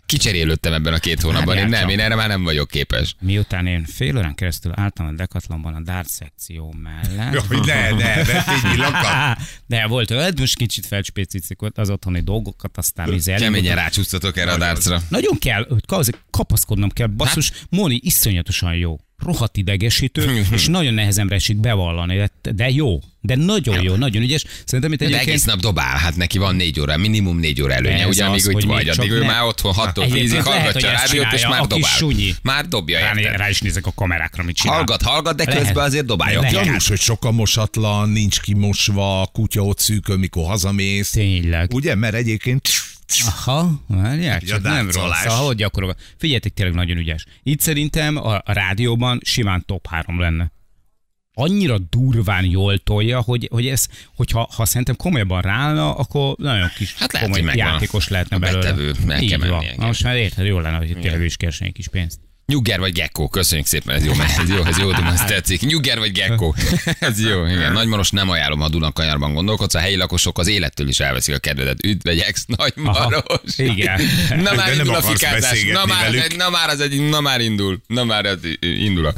Speaker 1: kicserélődtem ebben a két hónapban.
Speaker 3: Hát
Speaker 1: Én nem,
Speaker 2: játszom.
Speaker 1: én erre már nem vagyok képes.
Speaker 2: Miután én fél órán keresztül álltam a Decathlonban a dart szekció mellett.
Speaker 3: Ja, hogy ne, ne, ne, tényi lakat.
Speaker 2: De volt, öt, most kicsit felspécítszik ott az otthoni dolgokat, aztán vizel.
Speaker 1: Keményen rácsúsztatok erre a dárcra.
Speaker 2: Nagyon kell, hogy kaz- kapaszkodnom kell, basszus, hát? Moni iszonyatosan jó. Rohat idegesítő,
Speaker 1: Mhm.
Speaker 2: és nagyon nehezemre esik bevallani, de, de jó, de nagyon jó, nagyon ügyes. Szerintem itt
Speaker 1: De
Speaker 2: egyébként
Speaker 1: egész nap dobál, hát neki van négy óra, minimum négy óra előnye,
Speaker 2: Ez
Speaker 1: ugye
Speaker 2: az,
Speaker 1: amíg
Speaker 2: hogy
Speaker 1: úgy
Speaker 2: még
Speaker 1: vagy,
Speaker 2: csak
Speaker 1: addig ő
Speaker 2: ne.
Speaker 1: már otthon 6-tól
Speaker 2: Egyébként
Speaker 1: 10-ig
Speaker 2: lehet, hogy
Speaker 1: hallgatja a
Speaker 2: ezt
Speaker 1: rádiót, és
Speaker 2: csinálja,
Speaker 1: már
Speaker 2: a kis
Speaker 1: dobál.
Speaker 2: sunyi.
Speaker 1: Már dobja,
Speaker 2: rá,
Speaker 1: érted?
Speaker 2: rá is nézek a kamerákra, mit csinál.
Speaker 1: Hallgat, hallgat, de
Speaker 2: Lehet.
Speaker 1: közben azért dobálja.
Speaker 2: Lehet.
Speaker 1: Gyanús.
Speaker 3: Gyanús, hogy sokan mosatlan, nincs kimosva, a kutya ott szűköl, mikor hazamész.
Speaker 2: Tényleg.
Speaker 3: Ugye, mert egyébként
Speaker 2: Aha, várják,
Speaker 3: Egy
Speaker 2: csak nem rossz,
Speaker 3: adárcolás.
Speaker 2: ahogy gyakorol. Figyeljetek, tényleg nagyon ügyes. Itt szerintem a, a rádióban simán top 3 lenne. Annyira durván jól tolja, hogy, hogy ez, hogyha ha szerintem komolyabban ráállna, akkor nagyon kis
Speaker 1: Hát lehet,
Speaker 2: komoly
Speaker 1: hogy megvan.
Speaker 2: játékos lehetne
Speaker 1: A
Speaker 2: belőle.
Speaker 1: betevő, el
Speaker 2: Így
Speaker 1: kell
Speaker 2: van.
Speaker 1: mennie,
Speaker 2: Na, most már érted, jól lenne, hogy tényleg ő is keresne egy kis pénzt.
Speaker 1: Nyugger vagy gekkó, köszönjük szépen, ez jó, mert ez jó, ez jó, tudom, ez tetszik. Nyugger vagy gekkó, ez jó, igen. Nagymaros nem ajánlom, ha Dunakanyarban gondolkodsz, a helyi lakosok az élettől is elveszik a kedvedet. Üdv vagy ex, Nagymaros.
Speaker 2: Aha, igen.
Speaker 1: Na már
Speaker 3: nem
Speaker 1: indul a
Speaker 3: akarsz
Speaker 1: fikázás, na
Speaker 3: beszélgetni
Speaker 1: már, az
Speaker 3: velük.
Speaker 1: egy, na már az egy, na már indul, na már az, indul a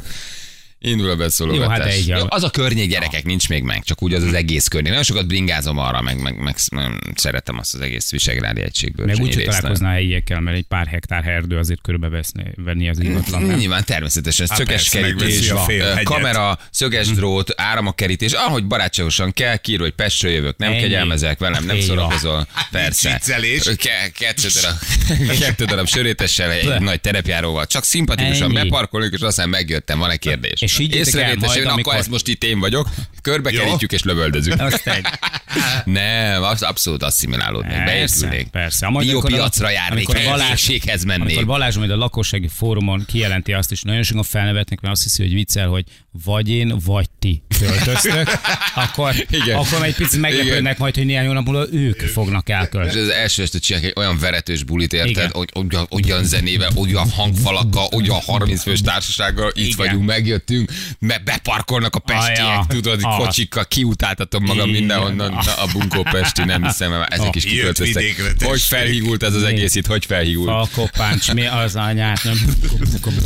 Speaker 1: Indul a beszólogatás.
Speaker 2: Jó, hát egy
Speaker 1: Jó,
Speaker 2: jel.
Speaker 1: az a környék gyerekek nincs még meg, csak úgy az
Speaker 2: Hm.
Speaker 1: az egész környék. Nagyon sokat bringázom arra, meg, meg, meg, meg szeretem azt az egész visegrádi egységből.
Speaker 2: Meg úgy, hogy találkozna a helyiekkel, mert egy pár hektár erdő azért körbeveszné, venni az ingatlan. nem? Hát
Speaker 1: Nyilván természetesen
Speaker 3: Há,
Speaker 1: szöges
Speaker 3: persze, megveszi
Speaker 1: kerítés,
Speaker 3: a fél
Speaker 1: ö,
Speaker 3: hegyet.
Speaker 1: kamera, szöges
Speaker 2: Hm.
Speaker 1: drót, áramakkerítés, ahogy barátságosan kell, kíró, hogy Pestről jövök, nem
Speaker 2: Ennyi.
Speaker 1: kegyelmezek velem, nem
Speaker 2: Így van.
Speaker 1: szórakozol. Persze.
Speaker 3: viccelés.
Speaker 1: Ke- Kettő darab, kettő darab sörétessel, egy nagy terepjáróval, csak szimpatikusan
Speaker 2: Ennyi.
Speaker 1: beparkolunk, és aztán megjöttem, van egy kérdés.
Speaker 2: És higgyétek el,
Speaker 1: Észrevétes,
Speaker 2: majd
Speaker 1: jön, akkor
Speaker 2: amikor-
Speaker 1: ezt most itt én vagyok, körbekerítjük és lövöldözünk.
Speaker 2: Azt egy.
Speaker 1: Nem, absz- abszolút asszimilálódnék,
Speaker 2: Persze,
Speaker 1: beépülnék.
Speaker 2: persze. A
Speaker 1: Biopiacra járnék,
Speaker 2: amikor a Balázs
Speaker 1: helységhez mennék.
Speaker 2: Amikor Balázs majd a lakossági fórumon kijelenti azt, és nagyon sokan felnevetnek, mert azt hiszi, hogy viccel, hogy vagy én, vagy ti költöztök, akkor,
Speaker 1: Igen.
Speaker 2: Igen. akkor majd egy picit
Speaker 1: Igen.
Speaker 2: meglepődnek majd, hogy néhány hónap múlva ők fognak
Speaker 1: És
Speaker 2: elköltözni.
Speaker 1: az első este csinálják egy olyan veretős bulit,
Speaker 2: Igen.
Speaker 1: érted, hogy olyan, olyan zenével, olyan hangfalakkal, olyan 30 fős társasággal itt
Speaker 2: Igen.
Speaker 1: vagyunk, megjöttünk, megyünk, mert beparkolnak a pestiek,
Speaker 2: Aja.
Speaker 1: tudod,
Speaker 2: Ah.
Speaker 1: kocsikkal kiutáltatom magam
Speaker 2: Igen.
Speaker 1: mindenhonnan, Na, a bunkó pesti, nem hiszem, mert ezek is
Speaker 3: jött
Speaker 1: kiköltöztek.
Speaker 3: vidékre, tessék.
Speaker 1: Hogy felhígult ez az egész itt, hogy felhígult.
Speaker 2: A kopáncs, mi az anyát, nem?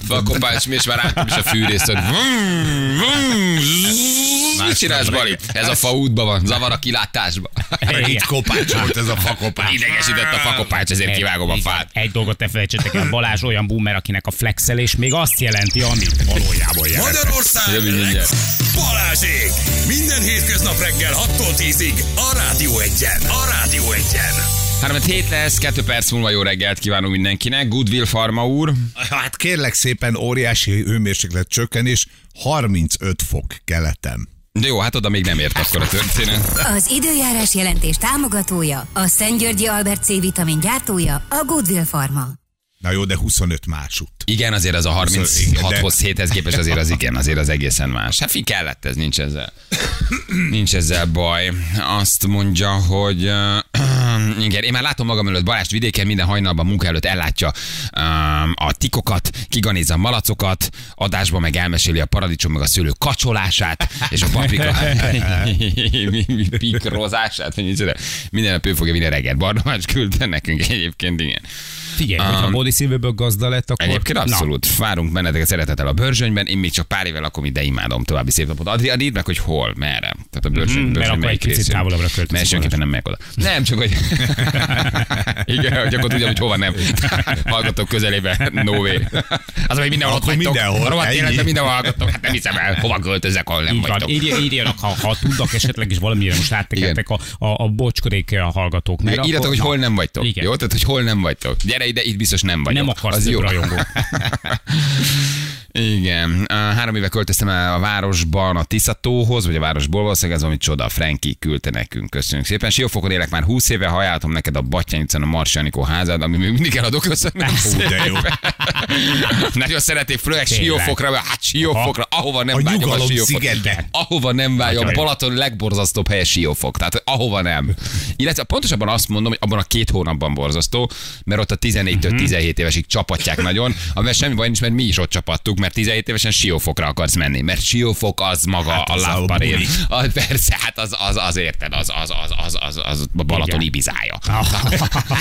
Speaker 1: Fakopács, mi és már álltam is a fűrészt, hogy vum, vum, zzz, mit csinálsz, Bali? Ez a fa útban van, zavar a kilátásba.
Speaker 3: Itt kopács volt ez a fakopács.
Speaker 1: Idegesített a fakopács, ezért kivágom a fát.
Speaker 2: Egy dolgot ne felejtsetek el, Balázs olyan boomer, akinek a flexelés még azt jelenti, amit valójában jelent.
Speaker 4: Magyarország
Speaker 1: Jövünk mindjárt.
Speaker 4: leg- Balázsék! Minden hétköznap reggel 6-tól 10-ig a Rádió Egyen. A Rádió Egyen.
Speaker 1: 3 hét lesz, 2 perc múlva jó reggelt kívánunk mindenkinek. Goodwill Farma úr.
Speaker 3: Hát kérlek szépen óriási hőmérséklet csökkenés, 35 fok keleten.
Speaker 1: De jó, hát oda még nem ért akkor a történet.
Speaker 5: Az időjárás jelentés támogatója, a Szentgyörgyi Albert C vitamin gyártója, a Goodwill Pharma.
Speaker 3: Na jó, de 25 másút.
Speaker 1: Igen, azért az a
Speaker 3: Szóval Igen,
Speaker 1: 36-hoz,
Speaker 3: de-
Speaker 1: 7-hez képest azért az igen, azért az egészen más. Hát fi kellett ez, nincs ezzel. Nincs ezzel baj. Azt mondja, hogy ö, igen, én már látom magam előtt Balást vidéken minden hajnalban munka előtt ellátja ö, a tikokat, kiganézza a malacokat, adásban meg elmeséli a paradicsom meg a szőlő kacsolását, és a paprika Mi- mi- pikrozását, vagy micsoda. Minden nap ő fogja minden reggel. Barnavács küldte nekünk egyébként, igen.
Speaker 2: Figyelj, hogyha Body Silverből gazda lett, akkor...
Speaker 1: Egyébként abszolút. Na. Várunk benneteket szeretettel a börzsönyben. Én még csak pár évvel lakom ide, imádom további szép napot. Adri, add írd meg, hogy hol, merre. Tehát a börzsöny,
Speaker 2: Mhm,
Speaker 1: mm,
Speaker 2: mert
Speaker 1: börzsöny
Speaker 2: akkor
Speaker 1: melyik
Speaker 2: egy picit
Speaker 1: részén.
Speaker 2: távolabbra költözünk
Speaker 1: Mert semmiképpen nem megyek oda. Nem, csak hogy... Igen, hogy akkor tudjam, hogy hova nem. hallgatok közelébe, no way. Az, hogy mindenhol
Speaker 3: Akkor
Speaker 1: ott vagytok.
Speaker 3: mindenhol,
Speaker 1: A rohadt
Speaker 3: ennyi.
Speaker 1: életben mindenhol hallgatok. Hát nem hiszem el, hova költözök, ahol nem
Speaker 2: Így van,
Speaker 1: vagytok.
Speaker 2: írja- írjanak, ha, ha tudnak esetleg is valamire most áttekertek a, a, a bocskorék a hallgatók.
Speaker 1: Mert
Speaker 2: akkor-
Speaker 1: írjatok, hogy
Speaker 2: na.
Speaker 1: hol nem vagytok.
Speaker 2: Igen.
Speaker 1: Jó, tehát, hogy hol nem vagytok. Gyere ide, itt biztos nem vagyok.
Speaker 2: Nem akarsz több rajongót.
Speaker 1: Igen. Á, Három éve költöztem el a városban a Tiszatóhoz, vagy a városból, valószínűleg ez valami csoda. Franki küldte nekünk, köszönjük szépen. Siófokon élek már 20 éve, hajáltam neked a Battyány utcán a Mars Janikó házad, ami még mindig eladok, köszönöm.
Speaker 3: Hú, de jó.
Speaker 1: Nagyon szeretnék, főleg
Speaker 2: Tényleg.
Speaker 1: Siófokra, mert hát Siófokra, ahova nem
Speaker 3: A
Speaker 1: vágyom a
Speaker 3: nyugalom
Speaker 1: Siófok.
Speaker 3: szigetbe. Hát,
Speaker 1: Ahova nem vágyom,
Speaker 2: Nagyon jó.
Speaker 1: Balaton legborzasztóbb helye Siófok, tehát ahova nem. Illetve pontosabban azt mondom, hogy abban a két hónapban borzasztó, mert ott a
Speaker 3: Mhm.
Speaker 1: 14-től 17 évesig csapatják nagyon, amivel semmi baj nincs, mert mi is ott csapattuk, mert 17 évesen Siófokra akarsz menni, mert Siófok az maga hát a
Speaker 3: az a
Speaker 1: lábparén.
Speaker 3: buli.
Speaker 1: A, persze, hát az, az, az érted, az, az, az, az, az, az a Balaton
Speaker 2: Igen.
Speaker 1: ibizája.
Speaker 3: Ah.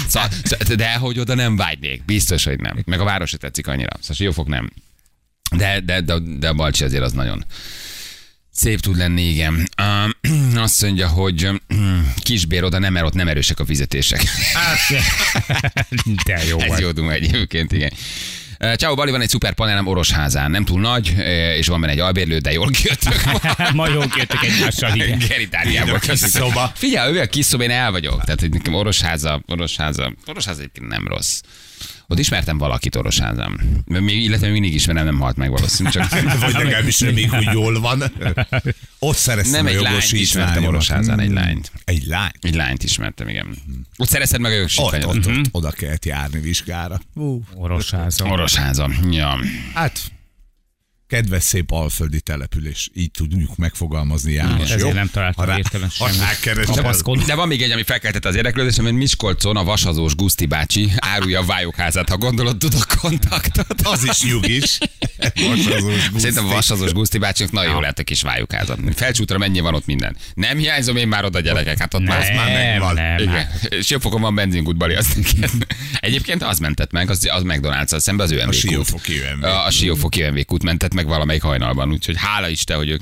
Speaker 1: Szóval, szó- de hogy oda nem vágynék, biztos, hogy nem. Meg a város se tetszik annyira, szóval Siófok nem. De, de, de, de a Balcsi azért az nagyon szép tud lenni, igen. Um, azt mondja, hogy um, kisbér oda nem, mert ott nem erősek a fizetések.
Speaker 2: De jó
Speaker 1: Ez
Speaker 2: vagy.
Speaker 1: jó duma egyébként, igen. Ö, Ciao, Bali, van egy szuper panelem Orosházán, nem túl nagy, ö, és van benne egy albérlő, de jól kijöttök.
Speaker 2: Ma Hát jól kijöttök egymással, Hát igen.
Speaker 1: Geritáriából
Speaker 3: Így a kis szoba.
Speaker 1: Figyelj, ő a kis szoba, én el vagyok. Tehát, hogy nekem orosháza, orosháza, orosháza egyébként nem rossz. Ott ismertem valakit orosházán. Még, illetve még mindig ismerem, nem halt meg valószínűleg. Csak
Speaker 3: Vagy legalábbis még úgy jól van. Ott szereztem
Speaker 1: Nem
Speaker 3: a
Speaker 1: egy lányt ismertem
Speaker 3: jogosítványomat.
Speaker 1: Orosházán, egy lányt.
Speaker 3: Egy lány.
Speaker 1: Egy Mhm. lányt ismertem, igen. Ott szerezted meg a
Speaker 3: Ott,
Speaker 1: jogsítványodat.
Speaker 3: ott, ott, oda kellett járni vizsgára. Ú,
Speaker 2: Orosházom.
Speaker 1: Orosháza. Ja.
Speaker 3: hát, kedves szép alföldi település, így tudjuk megfogalmazni János,
Speaker 2: ezért
Speaker 3: jó?
Speaker 2: nem találtam
Speaker 3: Ha rá-
Speaker 2: értelmes
Speaker 3: ha
Speaker 2: semmit.
Speaker 3: rákeresel.
Speaker 2: Kapaszkodni.
Speaker 1: De van még egy, ami felkeltette az érdeklődést, mert Miskolcon a vasazós Guszti bácsi árulja a vályokházát, ha gondolod, tudok kontaktot.
Speaker 3: Az is nyugis. Vasazós guszti.
Speaker 1: Szerintem a vasazós Guszti bácsinak nagyon jó lehet a kis vályokházat. Felcsútra mennyi van ott minden. Nem hiányzom én már oda gyerekek, hát ott már az már
Speaker 2: Nem,
Speaker 1: megvan.
Speaker 2: nem, hát.
Speaker 1: Igen. És Siófokon van benzinkút, Bali, azt neked. Egyébként az mentett meg, az, az McDonald's, az szembe az ÖMV kút.
Speaker 3: Siófoki ÖMV.
Speaker 1: A, a Siófoki ÖMV kút mentett meg valamelyik hajnalban, úgyhogy hála Isten, hogy ők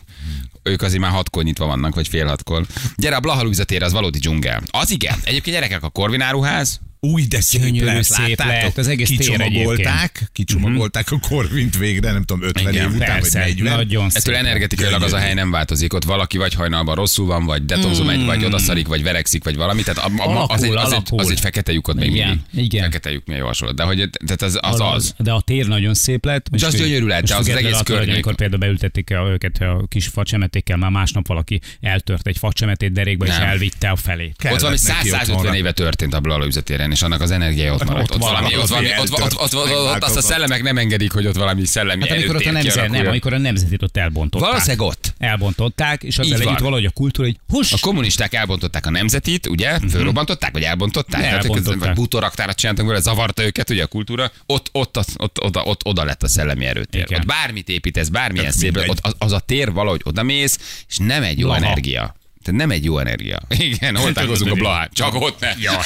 Speaker 1: ők azért már hatkor nyitva vannak, vagy fél hatkor. Gyere, a Blahalújza tér, az valódi dzsungel. Az igen. Egyébként gyerekek, a korvináruház,
Speaker 3: Új, de szép
Speaker 2: Gyönyörű,
Speaker 3: lehet,
Speaker 2: szép
Speaker 3: láttátok?
Speaker 2: lehet, az egész tér Mhm.
Speaker 3: kicsomagolták, kicsomagolták a korvint végre, nem tudom, 50
Speaker 1: Igen,
Speaker 3: év után, vagy
Speaker 2: Persze,
Speaker 3: 40.
Speaker 2: nagyon szép.
Speaker 1: Ettől energetikailag az a hely nem változik, ott valaki vagy hajnalban rosszul van, vagy detonzom egy,
Speaker 2: Hmm.
Speaker 1: vagy odaszarik, vagy verekszik, vagy valami. Tehát a, a,
Speaker 2: Alakul,
Speaker 1: az, egy, az, egy,
Speaker 2: alakul.
Speaker 1: az egy fekete lyukot még
Speaker 2: Igen,
Speaker 1: mindig.
Speaker 2: igen.
Speaker 1: Fekete lyuk mi a jó hasonlat. De hogy, tehát az az. az.
Speaker 2: De a tér nagyon szép lett. És
Speaker 1: az gyönyörű lett,
Speaker 2: és
Speaker 1: de az az
Speaker 2: függetlenül
Speaker 1: egész
Speaker 2: attól, hogy
Speaker 1: környék.
Speaker 2: Amikor például beültették el őket a kis facsemetékkel, már másnap valaki eltört egy facsemetét derékbe, és
Speaker 1: Nem.
Speaker 2: elvitte a felé.
Speaker 1: Ott valami
Speaker 3: Kellett neki
Speaker 1: 150
Speaker 3: otthonra.
Speaker 1: éve történt a Blala üzletéren, és annak az energiája ott maradt. Ott,
Speaker 3: van,
Speaker 1: valami, ott,
Speaker 3: ott
Speaker 1: valami, ott,
Speaker 3: eltört,
Speaker 1: ott, ott, ott, ott, ott, azt a
Speaker 3: megváltozott.
Speaker 1: szellemek nem engedik, hogy ott valami szellemi
Speaker 2: Hát amikor ott a
Speaker 1: előtér
Speaker 2: nemzet,
Speaker 1: kialakuljon.
Speaker 2: nem, amikor a nemzetit ott elbontották.
Speaker 1: Valószínűleg ott.
Speaker 2: elbontották, és
Speaker 1: Így
Speaker 2: azzal együtt
Speaker 1: van.
Speaker 2: valahogy a kultúra, hogy hús,
Speaker 1: A kommunisták elbontották a nemzetit, ugye? Fölrobbantották, vagy elbontották?
Speaker 2: Ne,
Speaker 1: Tehát,
Speaker 2: elbontották.
Speaker 1: Vagy bútoraktárat csináltak vele, zavarta őket, ugye a kultúra. Ott, ott, az- ott oda, ott, oda lett a szellemi erőtér.
Speaker 2: Igen.
Speaker 1: Ott bármit építesz, bármilyen
Speaker 3: Tök
Speaker 1: szép,
Speaker 3: mindegy.
Speaker 1: ott az, az, a tér valahogy oda mész, és nem egy jó
Speaker 2: Blaha.
Speaker 1: energia. Tehát nem egy jó energia. Igen, hol tárkozunk a Blahán? Csak ott ne. Ja.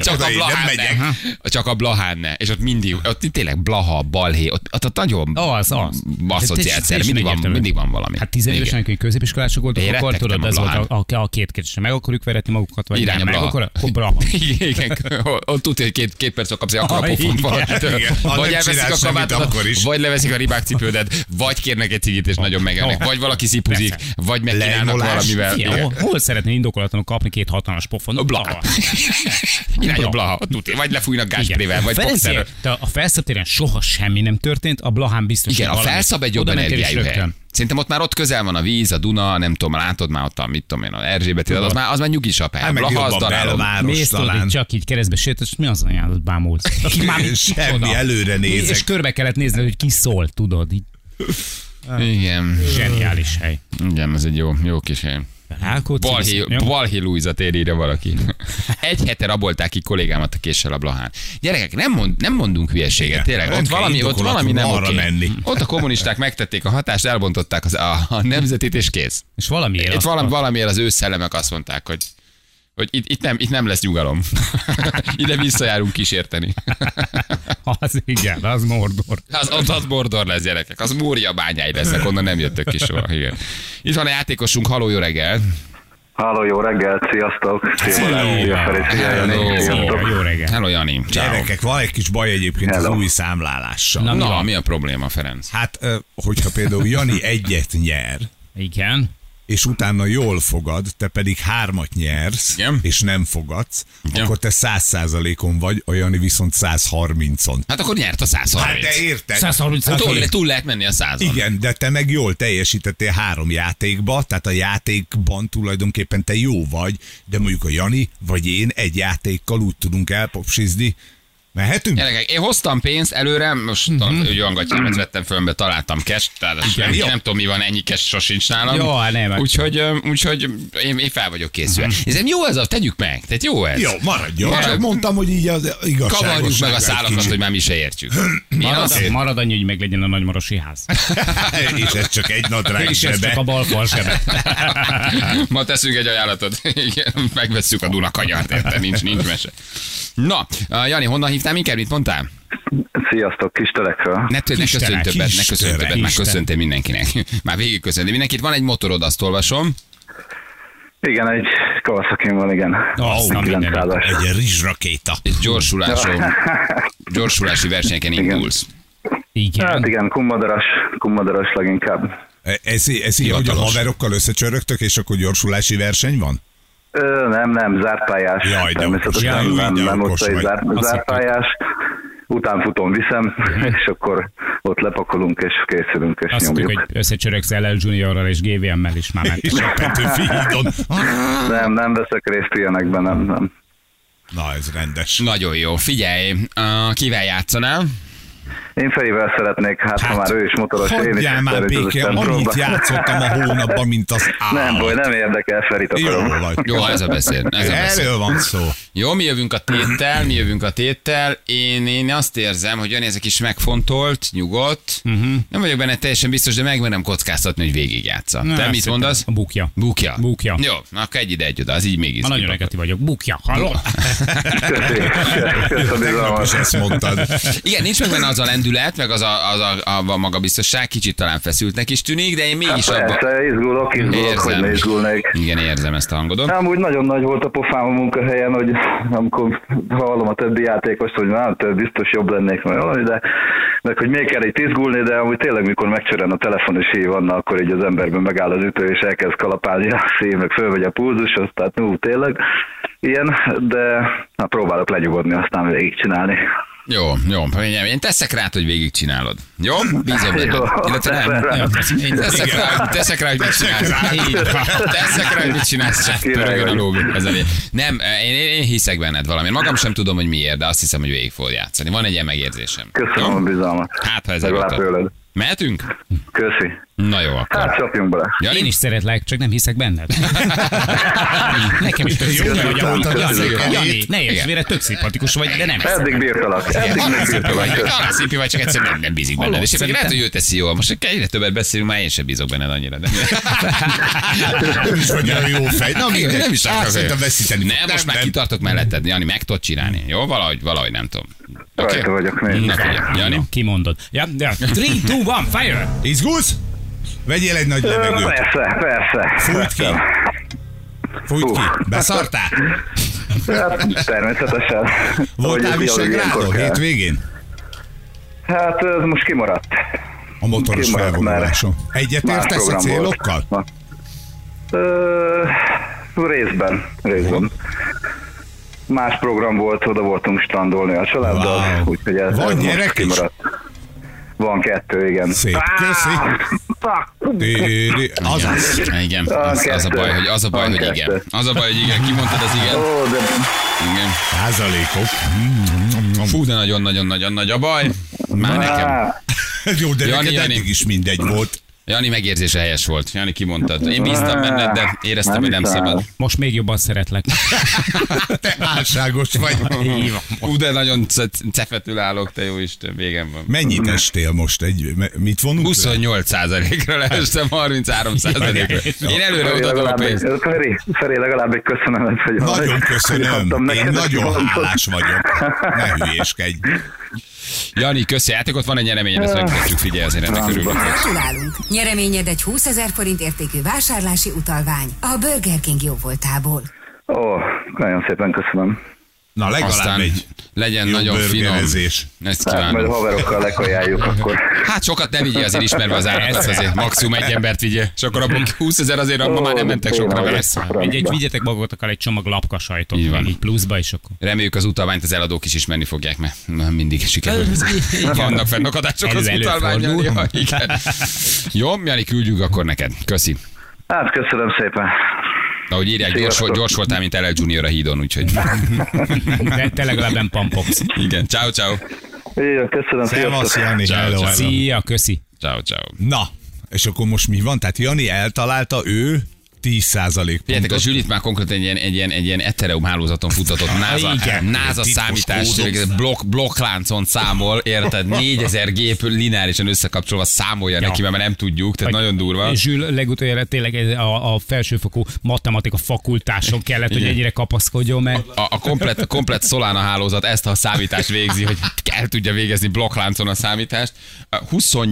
Speaker 1: Csak
Speaker 3: Oda
Speaker 1: a
Speaker 3: én nem
Speaker 1: Blahán
Speaker 3: megyek.
Speaker 1: ne. Csak a Blahán ne. És ott mindig, ott tényleg Blaha, Balhé, ott, ott, ott nagyon
Speaker 2: Az, az. Hát
Speaker 1: asszociált szer. Mindig van,
Speaker 2: Egyértelmű.
Speaker 1: mindig van valami.
Speaker 2: Hát tizenévesen, hogy középiskolások voltak,
Speaker 1: Érettek,
Speaker 2: akkor tudod,
Speaker 1: nem a
Speaker 2: ez volt
Speaker 1: Blahán.
Speaker 2: a, a, a két kérdés. Meg akarjuk veretni magukat, vagy
Speaker 1: Irány
Speaker 2: nem,
Speaker 1: a
Speaker 2: meg
Speaker 1: Blaha.
Speaker 2: akkor, akkor Blaha.
Speaker 1: Igen, ott- ott tudja, hogy két, két perc kapsz, akkor a
Speaker 2: Ah,
Speaker 1: pofont
Speaker 2: igen,
Speaker 1: valamit.
Speaker 3: igen.
Speaker 1: Vagy
Speaker 3: Ha nem
Speaker 1: elveszik a
Speaker 3: csinálsz semmit,
Speaker 1: kabátodat,
Speaker 3: akkor is.
Speaker 1: vagy leveszik a ribák cipődet, vagy kérnek egy cigit, és nagyon megennek, vagy valaki szipuzik, vagy megkínálnak
Speaker 3: Leimolás.
Speaker 1: valamivel.
Speaker 2: Fia,
Speaker 1: Igen.
Speaker 2: hol, hol szeretnél indokolatlanul kapni két hatalmas pofont?
Speaker 1: A blaha. Irány a blaha. Tudja, Vagy lefújnak gásprével, vagy boxerrel.
Speaker 2: Ferenciek, te a felszabtéren soha semmi nem történt, a Blahán biztos.
Speaker 1: Igen,
Speaker 2: hogy
Speaker 1: a
Speaker 2: valami.
Speaker 1: felszab egy jobb
Speaker 2: Oda mentél is
Speaker 1: energiájú hely.
Speaker 2: rögtön.
Speaker 1: Szerintem ott már ott közel van a víz, a Duna, nem tudom, látod már ott, a, mit tudom én, a Erzsébet, az már, az már nyugisabb hely.
Speaker 3: Hát
Speaker 1: A
Speaker 3: meg
Speaker 1: Blaha az
Speaker 3: jobban
Speaker 1: darálom.
Speaker 3: belváros
Speaker 2: Mész tudod,
Speaker 3: talán.
Speaker 2: így csak így keresztbe sétálsz, és mi az anyádat bámulsz? Aki már mit
Speaker 3: Semmi,
Speaker 2: csoda?
Speaker 3: előre nézek.
Speaker 2: És körbe kellett nézni, hogy ki szól, tudod. Így
Speaker 1: Igen,
Speaker 2: zseniális hely.
Speaker 1: igen, ez egy jó, jó kis hely.
Speaker 2: Rákóczi,
Speaker 1: Balhé,
Speaker 2: jó?
Speaker 1: Balhé Luisa tér írja valaki. Egy hete rabolták ki kollégámat a késsel a Blahán. Gyerekek, nem, mond, nem mondunk hülyeséget,
Speaker 3: Igen.
Speaker 1: tényleg.
Speaker 3: Nem
Speaker 1: Ott
Speaker 3: kell
Speaker 1: valami, ott
Speaker 3: indokolatlan
Speaker 1: valami nem
Speaker 3: arra
Speaker 1: oké.
Speaker 3: menni.
Speaker 1: Ott a kommunisták megtették a hatást, elbontották az, a, a nemzetét, és kész.
Speaker 2: És valamiért.
Speaker 1: Itt
Speaker 2: azt-
Speaker 1: valami, valamiért az ő szellemek azt mondták, hogy hogy itt, itt, nem, itt nem lesz nyugalom. Ide visszajárunk kísérteni.
Speaker 2: Az igen, az Mordor.
Speaker 1: Az, az, az bordor lesz, gyerekek. Az múrja bányái lesznek, onnan nem jöttök ki soha. Igen. Itt van a játékosunk, haló, jó reggel.
Speaker 6: Halló, jó reggelt, sziasztok! Szia Balázs, szia Feri, szia
Speaker 1: Hello.
Speaker 6: Jani, sziasztok!
Speaker 2: Jó reggel.
Speaker 1: Hello, Jani. Ciao.
Speaker 3: Gyerekek, van egy kis baj egyébként az
Speaker 6: Hello.
Speaker 3: új számlálással.
Speaker 2: Na, mi
Speaker 1: Na,
Speaker 2: van?
Speaker 1: mi a probléma, Ferenc?
Speaker 3: Hát, ö, hogyha például Jani egyet nyer,
Speaker 2: Igen.
Speaker 3: és utána jól fogad, te pedig hármat nyersz,
Speaker 1: Igen.
Speaker 3: és nem fogadsz,
Speaker 1: Igen.
Speaker 3: akkor te száz százalékon vagy, a Jani viszont 130-on.
Speaker 1: Hát akkor nyert a 130.
Speaker 3: Hát de érted?
Speaker 2: 130
Speaker 1: Hát túl, túl lehet menni a százon.
Speaker 3: Igen, de te meg jól teljesítettél három játékba, tehát a játékban tulajdonképpen te jó vagy, de mondjuk a Jani vagy én egy játékkal úgy tudunk elpopsizni. Mehetünk?
Speaker 1: Gyerekek, én hoztam pénzt előre, most
Speaker 3: Mhm.
Speaker 1: uh-huh. olyan gatyámat vettem föl, találtam cash, tehát azt nem,
Speaker 3: jó.
Speaker 1: nem tudom, mi van, ennyi cash sosincs nálam.
Speaker 2: Jó, hát nem.
Speaker 1: Úgyhogy, ö, úgyhogy én, én fel vagyok készülve. Uh-huh. Ez jó ez, a, tegyük meg, tehát jó ez.
Speaker 3: Mhm. Jó, maradjon.
Speaker 1: Marad-
Speaker 3: Csak mondtam, hogy így az
Speaker 1: Kavarjuk
Speaker 3: igazságos.
Speaker 1: meg a szálakat, hogy már mi se értjük.
Speaker 3: Mhm.
Speaker 1: Mi
Speaker 2: Marad,
Speaker 1: az?
Speaker 2: marad annyi, hogy meglegyen a nagymarosi ház.
Speaker 3: És ez csak egy
Speaker 2: És
Speaker 3: nadrág
Speaker 2: ez csak a
Speaker 3: zsebe.
Speaker 2: bal fal zsebe.
Speaker 1: Ma teszünk egy ajánlatot. Igen, megvesszük a Dunakanyart, érted? Nincs, nincs mese. Na, ö, Jani, honnan hívtál minket? Mit mondtál?
Speaker 6: Sziasztok, Kisterekről.
Speaker 1: Ne, tő, ne
Speaker 3: Istenem,
Speaker 1: köszönj többet, ne köszönj
Speaker 3: Istenem,
Speaker 1: többet, már
Speaker 3: Isten.
Speaker 1: köszöntél mindenkinek. Már végig köszöntél mindenkit. Van egy motorod, azt olvasom.
Speaker 6: Igen, egy kawasaki van, igen.
Speaker 2: Azt a
Speaker 6: 900-as.
Speaker 3: Egy rizsrakéta.
Speaker 1: És gyorsuláson, gyorsulási versenyeken indulsz.
Speaker 6: Hát
Speaker 2: Igen.
Speaker 6: igen, kummadaras, kummadaras leginkább.
Speaker 3: E, Ez, ez így, hogy a
Speaker 1: Hivatalos.
Speaker 3: haverokkal összecsörögtök, és akkor gyorsulási verseny van?
Speaker 6: Ö, nem, nem, zártpályás.
Speaker 3: Jaj, de
Speaker 6: Természetesen
Speaker 3: okos. Jaj,
Speaker 6: nem,
Speaker 3: de
Speaker 6: nem
Speaker 3: okos
Speaker 6: utcai
Speaker 3: vagy.
Speaker 6: zár,
Speaker 3: Azt Mhm.
Speaker 6: zárpályás. Utánfutón viszem, és akkor ott lepakolunk, és készülünk, és
Speaker 2: Azt mondjuk,
Speaker 6: nyomjuk.
Speaker 2: hogy összecsöröksz LL Juniorral és GVM-mel is már
Speaker 3: És
Speaker 2: meg.
Speaker 3: a Petőfi hídon.
Speaker 6: Nem, nem veszek részt ilyenekben, nem, nem.
Speaker 3: Na, ez rendes.
Speaker 1: Nagyon jó, figyelj, uh, kivel játszanál?
Speaker 6: Én Ferivel szeretnék, hát, ha már ő is motoros, én is
Speaker 3: Hagyjál már
Speaker 6: Ferit az
Speaker 3: békén,
Speaker 6: Isten
Speaker 3: annyit
Speaker 6: próbál.
Speaker 3: játszottam a hónapban, mint az állat.
Speaker 6: Nem baj, nem érdekel, Ferit akarom.
Speaker 3: Jó vagy.
Speaker 1: Jó, ez a beszél. Ez a beszél.
Speaker 3: Erről van szó.
Speaker 1: Jó, mi jövünk a téttel, mi jövünk a téttel. Én, én azt érzem, hogy jön ez a kis megfontolt, nyugodt. Uh-huh. Nem vagyok benne teljesen biztos, de megmerem kockáztatni, hogy végigjátsza. Te mit mondasz?
Speaker 2: A bukja.
Speaker 1: Bukja.
Speaker 2: Bukja.
Speaker 1: Jó, na, akkor egy ide, egy oda, az így még
Speaker 2: Ha
Speaker 1: izgi.
Speaker 2: nagyon negatív vagyok. Bukja. Hallod?
Speaker 6: Köszi, köszi, köszi
Speaker 3: Tegnap
Speaker 6: a bizalmat.
Speaker 3: is ezt mondtad.
Speaker 1: Igen, nincs meg benne az a lendület, meg az a, az a, a, a magabiztosság, kicsit talán feszültnek is tűnik, de én mégis
Speaker 6: Hát
Speaker 1: abban...
Speaker 6: Persze, izgulok, izgulok, hogy ne izgulnék.
Speaker 1: Igen, érzem ezt a hangodon.
Speaker 6: Nem, úgy nagyon nagy volt a pofám a munkahelyen, hogy amikor hallom a többi játékost, hogy már több biztos jobb lennék, vagy valami, de meg hogy még kell itt izgulni, de amúgy tényleg, mikor megcsörön a telefon és hív Anna, akkor így az emberben megáll az ütő, és elkezd kalapálni a szív, meg fölvegy a pulzus, az, tehát nú, tényleg ilyen, de na, próbálok legyugodni, aztán végigcsinálni.
Speaker 1: Jó, jó. Én, én teszek rá, hogy végigcsinálod. Jó? Bízom benned.
Speaker 6: Jó,
Speaker 1: Illetve
Speaker 6: teszek
Speaker 1: nem.
Speaker 6: rá.
Speaker 1: Jó, tesz- Én teszek rá, teszek rá, hogy mit csinálsz. Így van. Teszek rá, hogy mit csinálsz, csak
Speaker 6: Király
Speaker 1: pörögön a
Speaker 6: vagy.
Speaker 1: lóg. Ez elég. Nem, én, én, én hiszek benned valami. Magam sem tudom, hogy miért, de azt hiszem, hogy végig fog játszani. Van egy ilyen megérzésem.
Speaker 6: Köszönöm a bizalmat.
Speaker 1: Hát, ha ez
Speaker 6: Legalább
Speaker 1: eljutott.
Speaker 6: tőled.
Speaker 1: Mehetünk?
Speaker 6: Köszi.
Speaker 1: Na jó,
Speaker 6: Hát
Speaker 1: akkor.
Speaker 6: csapjunk bele.
Speaker 1: Jani?
Speaker 2: Én is szeretlek, csak nem hiszek benned. Nekem is tök
Speaker 6: Jó,
Speaker 2: szimpatikus vagy,
Speaker 6: jó,
Speaker 2: ahogy
Speaker 6: jó,
Speaker 2: Jani,
Speaker 6: jó.
Speaker 2: Jani, ne érts
Speaker 1: Igen.
Speaker 2: vére, tök szimpatikus vagy, de nem hiszek.
Speaker 6: Eddig bírtalak. Eddig
Speaker 1: Igen,
Speaker 6: nem
Speaker 1: arra szép
Speaker 6: bírtalak.
Speaker 1: vagy,
Speaker 6: Köszi.
Speaker 1: arra szép vagy, csak egyszerűen nem, nem bízik benned. És pedig
Speaker 2: szerintem-
Speaker 1: lehet, hogy ő teszi jól. Most egyre többet beszélünk, már én sem bízok benned annyira. De...
Speaker 3: Nem is vagy olyan jó fej. Na, mindegy.
Speaker 1: nem is
Speaker 3: Á,
Speaker 1: akarok.
Speaker 3: szerintem veszíteni.
Speaker 1: Nem,
Speaker 3: fog.
Speaker 1: most már kitartok melletted, Jani, meg tudod csinálni. Jó, valahogy, valahogy nem tudom. Oké?
Speaker 6: Rajta vagyok, nézd.
Speaker 1: Na, figyelj, Jani.
Speaker 2: Na, Kimondod. Ja, ja. 3, 2, 1, fire!
Speaker 3: Izgulsz? Vegyél egy nagy
Speaker 6: Ö,
Speaker 3: levegőt.
Speaker 6: Persze, persze.
Speaker 3: Fújt ki. Fújt ki. Beszartál?
Speaker 6: Hát, természetesen.
Speaker 3: Voltál
Speaker 6: Ahogy ez mindig
Speaker 3: Visegrádon
Speaker 6: ilyenkor kell.
Speaker 3: hétvégén?
Speaker 6: Hát ez most kimaradt.
Speaker 3: A motoros
Speaker 6: Kimaradt már.
Speaker 3: felvonuláson.
Speaker 6: Más
Speaker 3: Egyetértesz a
Speaker 6: program volt.
Speaker 3: célokkal?
Speaker 6: Ma. Ö, részben, részben. Más program volt, oda voltunk standolni a családdal,
Speaker 3: Wow.
Speaker 6: úgyhogy ez,
Speaker 3: Van
Speaker 6: ez most
Speaker 3: gyerek is?
Speaker 6: kimaradt. Van kettő, igen.
Speaker 3: Szép.
Speaker 6: Á, fuck.
Speaker 3: Köszi. Azaz.
Speaker 1: Igen, az, az a baj, hogy az a baj, hogy igen. Az a baj, hogy igen, kimondtad az igen.
Speaker 6: Ó, de
Speaker 1: igen.
Speaker 3: Százalékok. Fú,
Speaker 1: Fú, de nagyon-nagyon-nagyon nagy a baj. Már nekem.
Speaker 6: á,
Speaker 3: jó, de
Speaker 1: Jani,
Speaker 3: neked
Speaker 1: Jani.
Speaker 3: eddig is mindegy volt.
Speaker 1: Jani megérzése helyes volt. Jani kimondtad. Én bíztam benned, de éreztem,
Speaker 6: Nem
Speaker 1: hogy nem
Speaker 6: hiszem.
Speaker 1: szabad.
Speaker 2: Most még jobban szeretlek.
Speaker 3: Te álságos vagy.
Speaker 1: Ú, de nagyon ce- cefetül állok, te jó Isten, végem van.
Speaker 6: Mm.
Speaker 3: Mennyit estél most? Egy, me- mit vonunk?
Speaker 1: 28 ra leestem 33 ra Én előre mutatom a
Speaker 6: legalább egy,
Speaker 1: pénzt.
Speaker 6: Feri, Feri, legalább egy köszönetet, hogy
Speaker 3: Nagyon
Speaker 6: hogy
Speaker 3: köszönöm.
Speaker 6: adtam
Speaker 3: Én
Speaker 6: neked,
Speaker 3: nagyon
Speaker 6: hogy
Speaker 3: hálás vagyok. Ne hülyéskedj.
Speaker 1: Jani, köszi, játékot van egy nyereményem, ezt megkezdjük, figyelj, azért ennek örülünk.
Speaker 5: Gratulálunk! Nyereményed egy 20 ezer forint értékű vásárlási utalvány a Burger King jóvoltából.
Speaker 6: Ó, nagyon szépen köszönöm.
Speaker 3: Na, legalább
Speaker 1: Aztán
Speaker 3: egy
Speaker 1: legyen
Speaker 3: jó
Speaker 1: nagyon finom.
Speaker 3: burgerezés.
Speaker 1: Ezt
Speaker 6: Hát majd a
Speaker 1: kívánom.
Speaker 6: haverokkal lekajáljuk, akkor
Speaker 1: Hát sokat ne vigyél azért ismerve az áratot, azért maximum egy embert vigyél. És akkor abban 20 ezer azért abban már nem mentek sokra vele.
Speaker 2: Egy, vigyetek magatokkal egy csomag lapka sajtot,
Speaker 1: Így van.
Speaker 2: még így pluszba, és akkor
Speaker 1: Reméljük az utalványt az eladók is ismerni fogják, mert nem mindig sikerül. Vannak fennakadások az
Speaker 2: Elő-
Speaker 1: utalványon.
Speaker 2: előfordul.
Speaker 1: Ja, igen. Jó, Jani, küldjük akkor neked. Köszi.
Speaker 6: Hát köszönöm szépen.
Speaker 1: Ahogy írják, gyors,
Speaker 6: Sziasztok.
Speaker 1: volt- gyors voltál, mint LL Junior a hídon, úgyhogy
Speaker 2: te, te legalább nem pampogsz.
Speaker 1: igen. Ciao, ciao.
Speaker 6: Jó, köszönöm,
Speaker 3: Szevasz,
Speaker 6: sziasztok.
Speaker 3: Jani.
Speaker 1: Ciao,
Speaker 3: Hello,
Speaker 1: ciao.
Speaker 3: hello.
Speaker 2: Szia, köszi.
Speaker 1: Ciao, ciao.
Speaker 3: Na, és akkor most mi van? Tehát Jani eltalálta, ő 10%
Speaker 1: Figyeljetek, a
Speaker 3: pontot.
Speaker 1: zsűrit már konkrétan egy ilyen, egy ilyen, egy ilyen Ethereum hálózaton futtatott NASA,
Speaker 3: Ah, igen.
Speaker 1: NASA
Speaker 3: Titkos
Speaker 1: számítás,
Speaker 3: kódok.
Speaker 1: tényleg blokk, blokkláncon számol, érted? 4000 gép lineárisan összekapcsolva számolja
Speaker 2: Ja.
Speaker 1: neki, mert már nem tudjuk, tehát
Speaker 2: Vagy-
Speaker 1: nagyon durva.
Speaker 2: Zsül legutoljára tényleg ez a, a felsőfokú matematika fakultáson kellett, hogy
Speaker 1: Igen.
Speaker 2: ennyire kapaszkodjon, mert
Speaker 1: A, a komplet, a komplet Solana hálózat ezt a számítást végzi, hogy el tudja végezni blokkláncon a számítást. A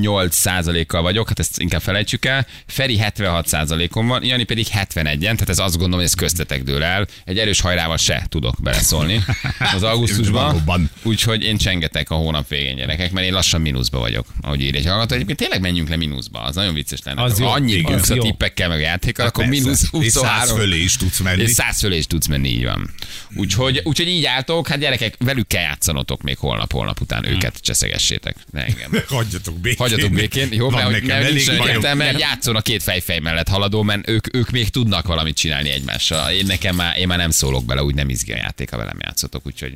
Speaker 1: 28%-kal vagyok, hát ezt inkább felejtsük el. Feri 76%-on van, Jani pedig 71-en, tehát ez azt gondolom, hogy ez köztetek dől el. Egy erős hajrával se tudok beleszólni az augusztusban.
Speaker 3: Valóban.
Speaker 1: Úgyhogy én csengetek a hónap végén, gyerekek, mert én lassan mínuszba vagyok, ahogy írja egy hallgató. Egyébként tényleg menjünk le mínuszba, az nagyon vicces lenne.
Speaker 2: Az
Speaker 1: Az
Speaker 2: jó,
Speaker 1: ha annyi
Speaker 2: igen.
Speaker 1: buksz a
Speaker 2: Jó.
Speaker 1: tippekkel, meg a játékkal, akkor
Speaker 3: Hát Persze.
Speaker 1: mínusz
Speaker 3: És 100
Speaker 1: 23.
Speaker 3: fölé is tudsz menni.
Speaker 1: És száz fölé is tudsz menni, így van. Úgyhogy, úgyhogy így álltok, hát gyerekek, velük kell játszanotok még holnap, holnap után őket cseszegessétek. Ne engem.
Speaker 3: Hagyjatok békén.
Speaker 1: Hagyjatok békén, jó,
Speaker 3: Hm. Van
Speaker 1: mert, hogy-
Speaker 3: nekem
Speaker 1: mert
Speaker 3: elég
Speaker 1: nincs olyan
Speaker 3: bajom.
Speaker 1: értelme, játszon a két fejfej mellett haladó, mert ők, ők még tudnak valamit csinálni egymással. Én nekem már, én már nem szólok bele, úgy nem izgi a játék, ha velem játszotok, úgyhogy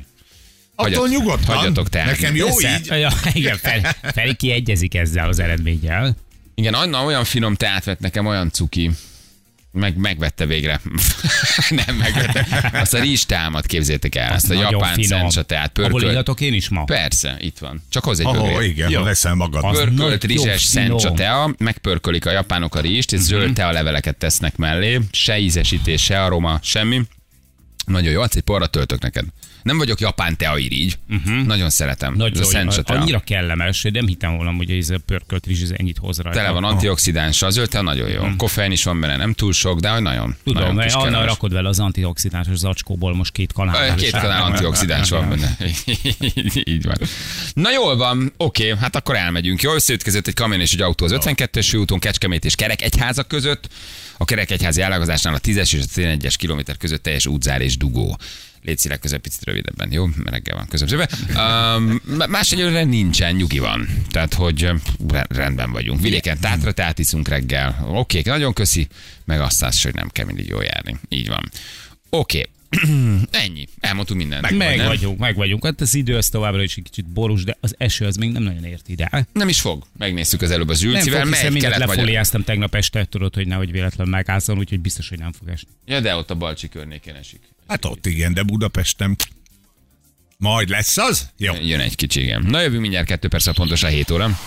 Speaker 3: Attól
Speaker 1: Hagyjatok-
Speaker 3: nyugodtan.
Speaker 1: hagyjatok te.
Speaker 3: Nekem jó
Speaker 2: Persze.
Speaker 3: így.
Speaker 2: Ja, igen, Feri, Feri kiegyezik ezzel az eredménnyel.
Speaker 1: Igen, Anna olyan finom teát vett nekem, olyan cuki. Meg, megvette végre. nem megvette. Azt a rizstámat képzétek el, azt a
Speaker 2: Nagyon
Speaker 1: japán
Speaker 2: finom.
Speaker 1: cencsa teát.
Speaker 2: Abból
Speaker 1: Pörkölt.
Speaker 2: illatok én is ma.
Speaker 1: Persze, itt van. Csak hoz egy
Speaker 3: Ahol
Speaker 1: bögrét.
Speaker 3: igen, ha veszel magad.
Speaker 2: Az-
Speaker 1: Pörkölt
Speaker 2: nagy, jó
Speaker 1: rizses
Speaker 2: finom.
Speaker 1: szencsa tea, megpörkölik a japánok a rizst, és
Speaker 2: Mhm.
Speaker 1: zöld tea leveleket tesznek mellé, se ízesítés, se aroma, semmi. Nagyon jó, hát egy porra töltök neked. Nem vagyok japán tea irigy, nagyon szeretem.
Speaker 2: Mhm. Nagyon
Speaker 1: ez a szencsa tea.
Speaker 2: annyira kellemes, hogy nem hittem volna, hogy ez a pörkölt rizs ez ennyit hoz rajta.
Speaker 1: Tele van antioxidánssal, a zöld tea nagyon jó. Koffein is van benne, nem túl sok, de nagyon.
Speaker 2: Mhm. Tudom,
Speaker 1: nagyon
Speaker 2: mert
Speaker 1: kis
Speaker 2: annál
Speaker 1: kellemes.
Speaker 2: rakod vele az antioxidánsos zacskóból most két kanál.
Speaker 1: Ö, Két kanál antioxidáns van benne. Így van. Na jól van, oké, hát akkor elmegyünk. Jól összeütközött egy kamion és egy autó az 52-es főúton, Kecskemét és Kerekegyháza között. A Kerekegyházi állágazásnál a 10-es és a 11-es kilométer között teljes útzár és dugó. Légy szíves, közben picit rövidebben, jó? Mert reggel van közöbb. Um, más egyelőre nincsen, nyugi van. Tehát, hogy ö, re- rendben vagyunk. Vidéken tátra, tehát iszunk reggel. Oké, nagyon köszi, meg azt az, hogy nem kell mindig jól járni. Így van. Oké, Ennyi. Elmondtunk mindent.
Speaker 2: Meg
Speaker 1: nem?
Speaker 2: vagyunk, meg vagyunk. Hát az idő az továbbra is egy kicsit borús, de az eső az még nem nagyon ért ide.
Speaker 1: Nem is fog. Megnéztük az előbb az
Speaker 2: Nem
Speaker 1: Zsülcivel.
Speaker 2: fog, hiszen
Speaker 1: Megy
Speaker 2: mindent
Speaker 1: kelet
Speaker 2: lefóliáztam tegnap este, tudod, hogy nehogy véletlen megázzon, úgyhogy biztos, hogy nem fog esni.
Speaker 1: Ja, de ott a Balcsi környékén esik.
Speaker 3: Hát ott igen, de Budapesten. Majd lesz az? Jó.
Speaker 1: Jön egy kicsi, igen. Na jövünk mindjárt kettő perc a pontosan 7 óra.